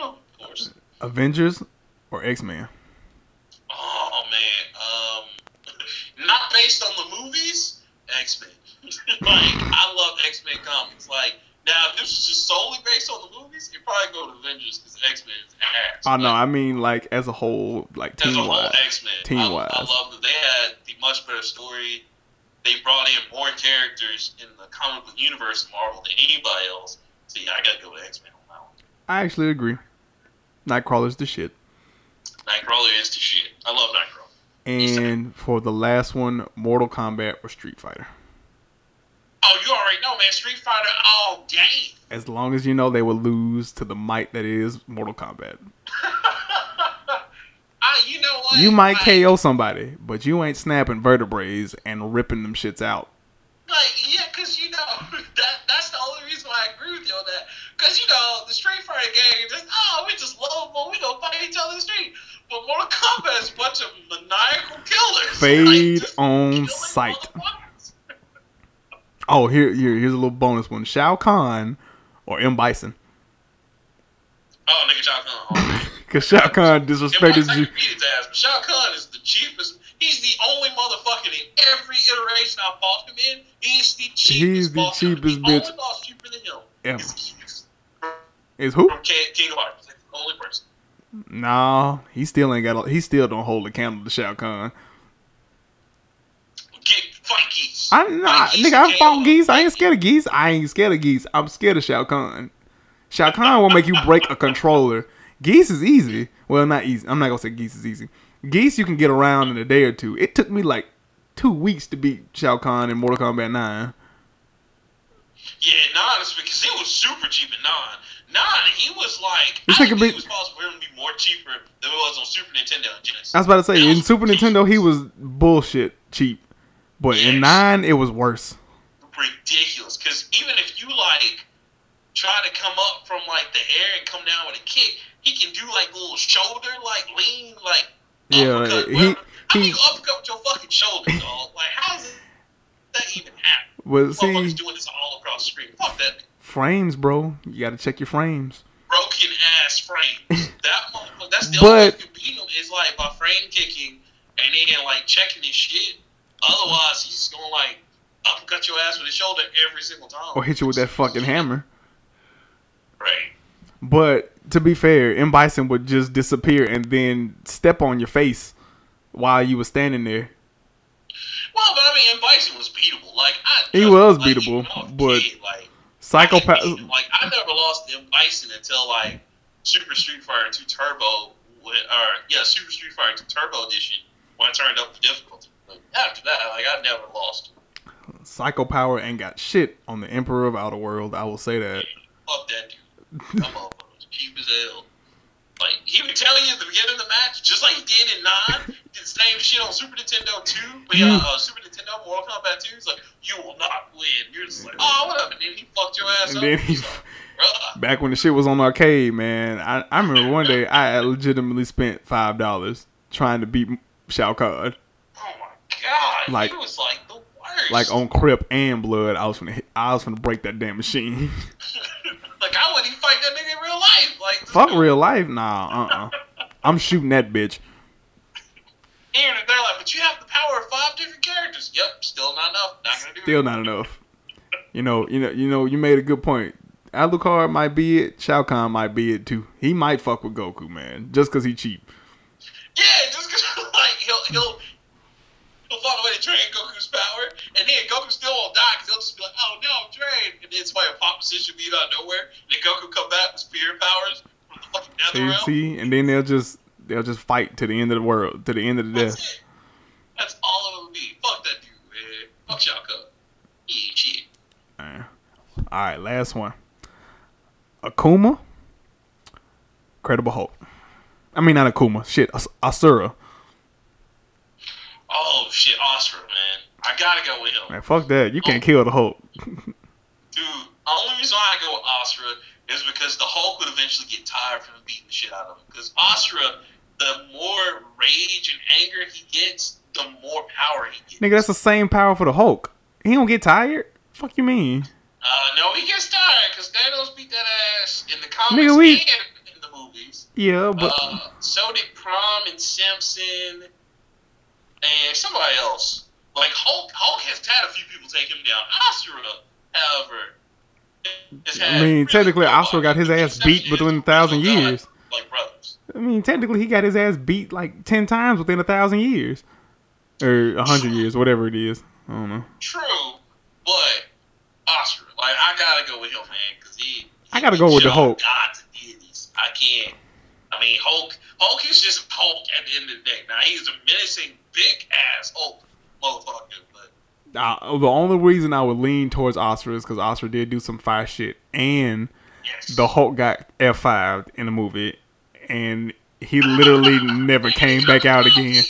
Speaker 1: [coughs] of course.
Speaker 2: Avengers or X Men?
Speaker 1: Oh man. Um, not based on the movies. X Men. [laughs] like I love X Men comics. Like now, if this was just solely based on the movies, it'd probably go to Avengers because X Men is ass.
Speaker 2: Oh no,
Speaker 1: But
Speaker 2: I mean like as a whole, like
Speaker 1: as a
Speaker 2: team
Speaker 1: whole,
Speaker 2: wise.
Speaker 1: X Men. I,
Speaker 2: Team-wise.
Speaker 1: I love that they had the much better story. They brought in more characters in the comic book universe of Marvel than anybody else. So yeah, I gotta go with X Men on that one.
Speaker 2: I actually agree. Nightcrawler's the shit.
Speaker 1: Nightcrawler is the shit. I love Nightcrawler.
Speaker 2: And for the last one, Mortal Kombat or Street Fighter.
Speaker 1: Oh, you already know, man. Street Fighter all day.
Speaker 2: As long as you know they will lose to the might that is Mortal Kombat.
Speaker 1: [laughs] I, you know what?
Speaker 2: You might
Speaker 1: like,
Speaker 2: KO somebody, but you ain't snapping vertebrae and ripping them shits out.
Speaker 1: Like, yeah, because, you know, [laughs] that that's the only reason why I agree with you on that. Because, you know, the Street Fighter game, just, oh, we just love them, we gonna fight each other in the street. But Mortal Kombat is a bunch of maniacal killers. [laughs]
Speaker 2: Fade
Speaker 1: just
Speaker 2: on
Speaker 1: killing
Speaker 2: sight.
Speaker 1: motherfuckers.
Speaker 2: Oh, here, here here's a little bonus one: Shao Kahn or M Bison. [laughs]
Speaker 1: Oh, nigga, Shao Kahn.
Speaker 2: Because Shao Kahn disrespected
Speaker 1: Everybody
Speaker 2: you.
Speaker 1: beat his ass. But Shao Kahn is the cheapest. He's the only motherfucker in every iteration I fought him in. He's the cheapest.
Speaker 2: He's the
Speaker 1: motherfucker.
Speaker 2: cheapest
Speaker 1: He
Speaker 2: bitch
Speaker 1: Only lost cheaper than him.
Speaker 2: ever.
Speaker 1: He's the cheapest
Speaker 2: Is who?
Speaker 1: from King, King of Hearts. That's the only person.
Speaker 2: Nah, he still ain't got. A, he still don't hold a candle to Shao Kahn.
Speaker 1: Get fight geese.
Speaker 2: I'm not,
Speaker 1: Fight geese,
Speaker 2: nigga. I
Speaker 1: KO.
Speaker 2: fought geese. I ain't scared of geese. I ain't scared of geese. I'm scared of Shao Kahn. Shao Kahn will make you break a controller. Geese is easy. Well, not easy. I'm not gonna say geese is easy. Geese you can get around in a day or two. It took me like two weeks to beat Shao Kahn in Mortal Kombat Nine.
Speaker 1: Yeah, Nine is because he was super cheap in Nine. Nine, he was like.
Speaker 2: This
Speaker 1: I
Speaker 2: nigga
Speaker 1: think
Speaker 2: be-
Speaker 1: it was possible for him to be more cheaper than it was on Super Nintendo and Genesis.
Speaker 2: I was about to say in Super Nintendo he was bullshit cheap, but in Nine it was worse.
Speaker 1: ridiculous. Because even if you like try to come up from like the air and come down with a kick, he can do like little shoulder, like lean, like
Speaker 2: Yeah,
Speaker 1: uppercut,
Speaker 2: he-
Speaker 1: whatever. How do
Speaker 2: he-
Speaker 1: you uppercut with your fucking shoulder, dog? Like how does that even happen?
Speaker 2: But see,
Speaker 1: Motherfuckers doing this all across the street. Fuck that
Speaker 2: frames, bro. You gotta check your frames.
Speaker 1: broken ass frame. That motherfucker. That's the
Speaker 2: But-
Speaker 1: only way you can beat him is like by frame kicking and then like checking his shit. Otherwise, he's just gonna like uppercut your ass with his shoulder every single time.
Speaker 2: Or hit you with that fucking hammer.
Speaker 1: Right.
Speaker 2: But to be fair, M Bison would just disappear and then step on your face while you were standing there.
Speaker 1: Well, but I mean, and Bison was beatable. Like I,
Speaker 2: He
Speaker 1: just-
Speaker 2: was
Speaker 1: like,
Speaker 2: beatable,
Speaker 1: even when I was a
Speaker 2: but
Speaker 1: kid, like I
Speaker 2: Psychopath.
Speaker 1: could beat him. Like I never lost to M Bison until like Super Street Fighter Two Turbo, with, or yeah, Super Street Fighter Two Turbo Edition when I turned up the difficulty. Like after that, like I never lost.
Speaker 2: Psycho Power ain't got shit on the Emperor of Outer World. I will say that.
Speaker 1: Fuck that dude. That motherfucker was cheap as hell. Like he would tell you at the beginning of the match, just like he did in
Speaker 2: [laughs]
Speaker 1: Nine, he did the same shit on Super Nintendo Two, but yeah,
Speaker 2: You-
Speaker 1: uh, Super Nintendo Mortal Kombat Two. He's like, "You will not win." You're just like, "Oh, whatever." And then he fucked your ass
Speaker 2: And
Speaker 1: up.
Speaker 2: then he,
Speaker 1: He's like, "Bruh."
Speaker 2: back when the shit was on arcade, man, I, I remember one day I legitimately spent five dollars trying to beat Shao Kahn,
Speaker 1: Oh my god!
Speaker 2: Like-
Speaker 1: he was like the worst.
Speaker 2: like on Crip and Blood. I was gonna hit, I was gonna break that damn machine.
Speaker 1: [laughs]
Speaker 2: [laughs]
Speaker 1: like I wouldn't even fight that nigga in real life. Like this
Speaker 2: Fuck
Speaker 1: dude-
Speaker 2: real life, nah, uh, uh-uh. uh, i am shooting that bitch.
Speaker 1: Here and they're like, but you have the power of five different characters. Yep, still not enough. Not gonna do
Speaker 2: still
Speaker 1: it.
Speaker 2: not enough. You know, you know, you know. You made a good point. Alucard might be it. Shao Kahn might be it too. He might fuck with Goku, man, just because he cheap.
Speaker 1: Yeah, just because [laughs] like he'll he'll he'll find a way to drain Goku's power, and then Goku still won't die because he'll just be like, oh no, I'm drained, and then somebody will pop position beat out of nowhere, and then Goku come back with spirit powers from the fucking nether
Speaker 2: See,
Speaker 1: realm.
Speaker 2: see, and then they'll just they'll just fight to the end of the world, to the end of the
Speaker 1: That's
Speaker 2: death.
Speaker 1: it. That's all it would be. Fuck that dude, man. Fuck Shao Kahn. He ain't shit.
Speaker 2: All right, last one. Akuma, Credible Hulk. I mean, not Akuma. Shit, As- Asura.
Speaker 1: Oh shit, Oscar, man. I gotta go with him.
Speaker 2: Man, fuck that. You can't kill the Hulk.
Speaker 1: Dude, the only reason why I go with Asura is because the Hulk would eventually get tired from beating the shit out of him. Because Asura, the more rage and anger he gets, the more power he gets.
Speaker 2: Nigga, that's the same power for the Hulk. He don't get tired. Fuck you mean?
Speaker 1: Uh, no, he gets tired because Thanos beat that ass in the comics
Speaker 2: Nigga, we-
Speaker 1: and in the movies.
Speaker 2: Yeah, but
Speaker 1: Uh, so did Prom and Simpson and somebody else. Like Hulk, Hulk has had a few people take him down. Asura, however, has
Speaker 2: I
Speaker 1: had
Speaker 2: mean,
Speaker 1: really
Speaker 2: technically,
Speaker 1: good
Speaker 2: Asura got
Speaker 1: luck.
Speaker 2: his
Speaker 1: With the
Speaker 2: ass beat
Speaker 1: exception is
Speaker 2: within a thousand
Speaker 1: Hulk and God,
Speaker 2: years.
Speaker 1: Like brothers.
Speaker 2: I mean, technically, he got his ass beat like ten times within a thousand years, or a hundred years, whatever it is. I don't know.
Speaker 1: True, but Asura, like I gotta go with him, man, because he, he.
Speaker 2: I gotta go with the
Speaker 1: showed
Speaker 2: Hulk.
Speaker 1: Gods and deities. I can't. I mean, Hulk. Hulk is just Hulk at the end of the day. Now he's a menacing, big ass Hulk motherfucker, but.
Speaker 2: Uh, the only reason I would lean towards Oscar is because Oscar did do some fire shit, and
Speaker 1: Yes.
Speaker 2: the Hulk got F five in the movie, and he
Speaker 1: [laughs]
Speaker 2: literally never came back out again.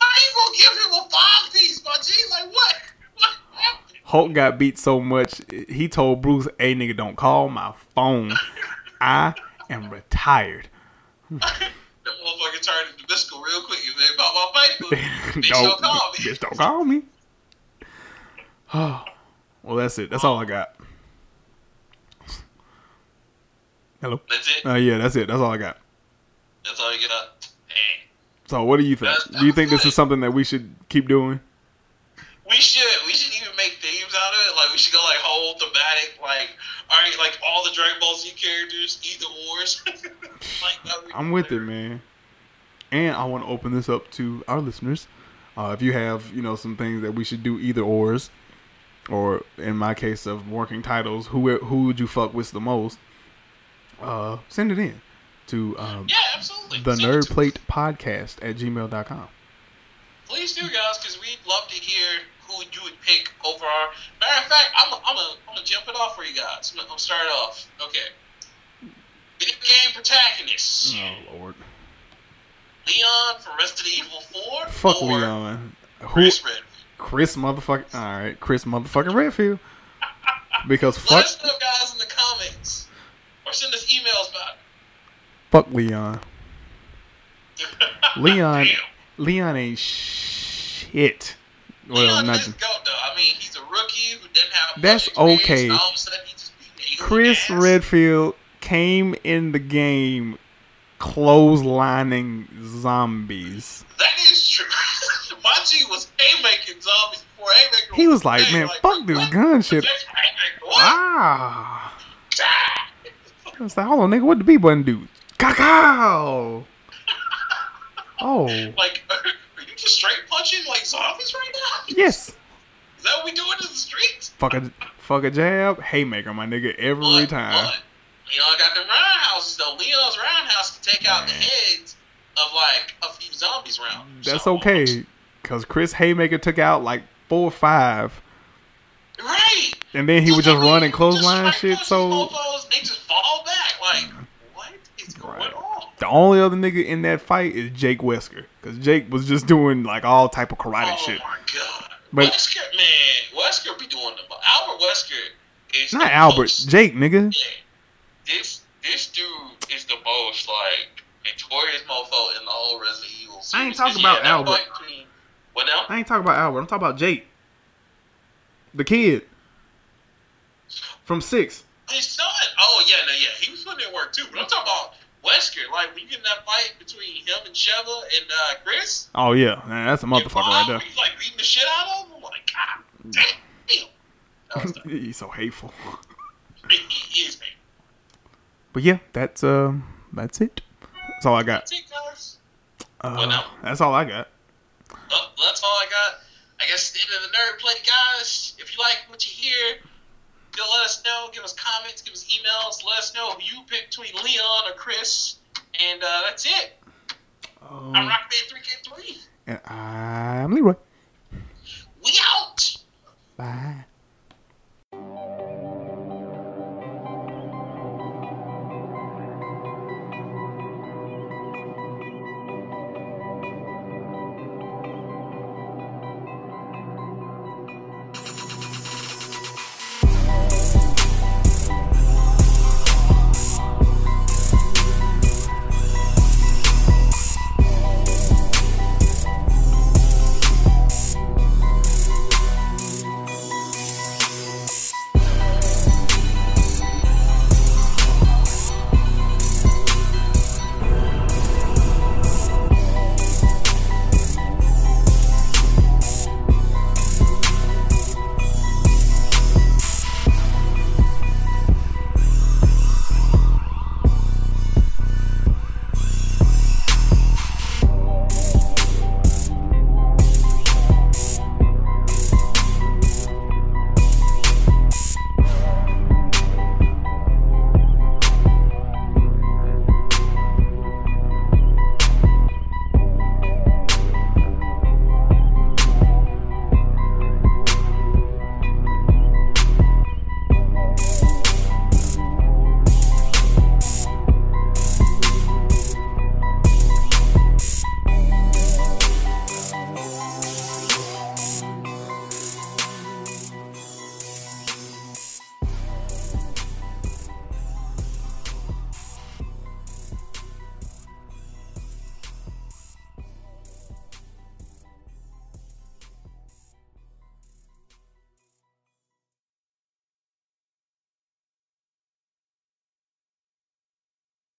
Speaker 1: How you gonna give him a five piece, my G? Like what? What happened?
Speaker 2: Hulk got beat so much, he told Bruce, "Hey, nigga, don't call my phone. I am retired." [laughs]
Speaker 1: That motherfucker turned into Bisco real quick. If they pop
Speaker 2: [laughs]
Speaker 1: my paper, bitch,
Speaker 2: don't,
Speaker 1: don't call me.
Speaker 2: bitch, don't call me. [sighs] Well, that's it. That's all I got. Hello.
Speaker 1: That's it.
Speaker 2: Uh, yeah, that's it. That's all I got.
Speaker 1: That's all you got. Dang.
Speaker 2: So, what do you think?
Speaker 1: That's-
Speaker 2: Do you think this
Speaker 1: good.
Speaker 2: is something that we should keep doing?
Speaker 1: We should we should even make themes out of it. Like we should go like whole thematic, like all right, like all the Dragon Ball Z characters, either ors. [laughs] like that would be
Speaker 2: I'm with it,
Speaker 1: hilarious.
Speaker 2: man. And I want to open this up to our listeners. Uh, if you have, you know, some things that we should do either ors, or in my case of working titles, who who would you fuck with the most? Uh, send it in to um,
Speaker 1: Yeah, absolutely.
Speaker 2: the
Speaker 1: Send it
Speaker 2: nerd
Speaker 1: to us.
Speaker 2: plate podcast at gmail.com.
Speaker 1: Please do, guys, because we'd love to hear who you would pick over our. Matter of fact, I'm gonna I'm a, I'm a jump it off for you guys. I'm gonna I'm start it off. Okay. Video game protagonist
Speaker 2: Oh, Lord.
Speaker 1: Leon from Resident Evil Four.
Speaker 2: Fuck
Speaker 1: or
Speaker 2: Leon. Who?
Speaker 1: Chris Redfield.
Speaker 2: Chris motherfucking. All right, Chris motherfucking Redfield. Because
Speaker 1: Let
Speaker 2: fuck,
Speaker 1: us know, guys, in the comments, or send us emails [laughs] about
Speaker 2: fuck Leon.
Speaker 1: it.
Speaker 2: Leon,
Speaker 1: Damn.
Speaker 2: Leon ain't shit. Well,
Speaker 1: Leon
Speaker 2: not
Speaker 1: just goat, though. I mean, he's a rookie who didn't have. much
Speaker 2: That's
Speaker 1: experience,
Speaker 2: okay.
Speaker 1: and All of a sudden, he just beat me. He was ass.
Speaker 2: Chris Redfield came in the game clotheslining zombies.
Speaker 1: That is true. [laughs] Machi was haymaking zombies before haymaker.
Speaker 2: He was
Speaker 1: a
Speaker 2: like,
Speaker 1: thing.
Speaker 2: man, fuck this
Speaker 1: what?
Speaker 2: gun shit.
Speaker 1: That's haymaker. What?
Speaker 2: Ah.
Speaker 1: Ah.
Speaker 2: I was like, hold on, nigga, what the B button do? Cacao. Oh.
Speaker 1: Like, [laughs] are you just straight punching like zombies right now?
Speaker 2: Yes.
Speaker 1: Is that what we doing in the streets?
Speaker 2: Fuck a, fuck a jab. Haymaker, my nigga, every
Speaker 1: But-
Speaker 2: time.
Speaker 1: but Leon got them roundhouses though. Leon's roundhouse can take out the
Speaker 2: Man.
Speaker 1: heads of like a few zombies round.
Speaker 2: That's
Speaker 1: So-
Speaker 2: okay. Because Chris Haymaker took out like four or five.
Speaker 1: Right.
Speaker 2: And then he would just run and clothesline
Speaker 1: straight
Speaker 2: shit.
Speaker 1: punch
Speaker 2: So. Mm.
Speaker 1: these mofos, they just fall back. Like, what is going
Speaker 2: Right.
Speaker 1: on?
Speaker 2: The only other nigga in that fight is Jake Wesker, cause Jake was just doing like all type of karate
Speaker 1: oh
Speaker 2: shit.
Speaker 1: my god.
Speaker 2: But-
Speaker 1: Wesker, man, Wesker be doing the Albert Wesker is
Speaker 2: Not
Speaker 1: the
Speaker 2: Albert,
Speaker 1: most-
Speaker 2: Jake, nigga.
Speaker 1: yeah. This this dude is the most like notorious mofo in the whole Resident Evil series.
Speaker 2: I ain't talking
Speaker 1: 'Cause,
Speaker 2: about
Speaker 1: that
Speaker 2: Albert.
Speaker 1: fight between- What now?
Speaker 2: I ain't talking about Albert. I'm talking about Jake, the kid from six.
Speaker 1: His son. Oh yeah, no, yeah. He was putting in work too. But I'm talking about Wesker. Like when you get in that fight between him and Sheva and uh, Chris,
Speaker 2: Oh yeah, man, that's a
Speaker 1: and
Speaker 2: motherfucker
Speaker 1: Bob,
Speaker 2: right
Speaker 1: He's like beating the shit out of him. I'm like, god damn. That was the-
Speaker 2: [laughs] there. He's so hateful.
Speaker 1: he is, man.
Speaker 2: But yeah, that's um, that's it. That's all I got.
Speaker 1: That's it, guys.
Speaker 2: Uh,
Speaker 1: now?
Speaker 2: that's all I got.
Speaker 1: Well, that's all I got. I guess it's the end of the nerd plate, guys. If you like what you hear, go let us know. Give us comments. Give us emails. Let us know who you pick between Leon or Chris. And uh, that's it.
Speaker 2: Um,
Speaker 1: I'm Rockman3K3.
Speaker 2: and I'm Leroy.
Speaker 1: We out.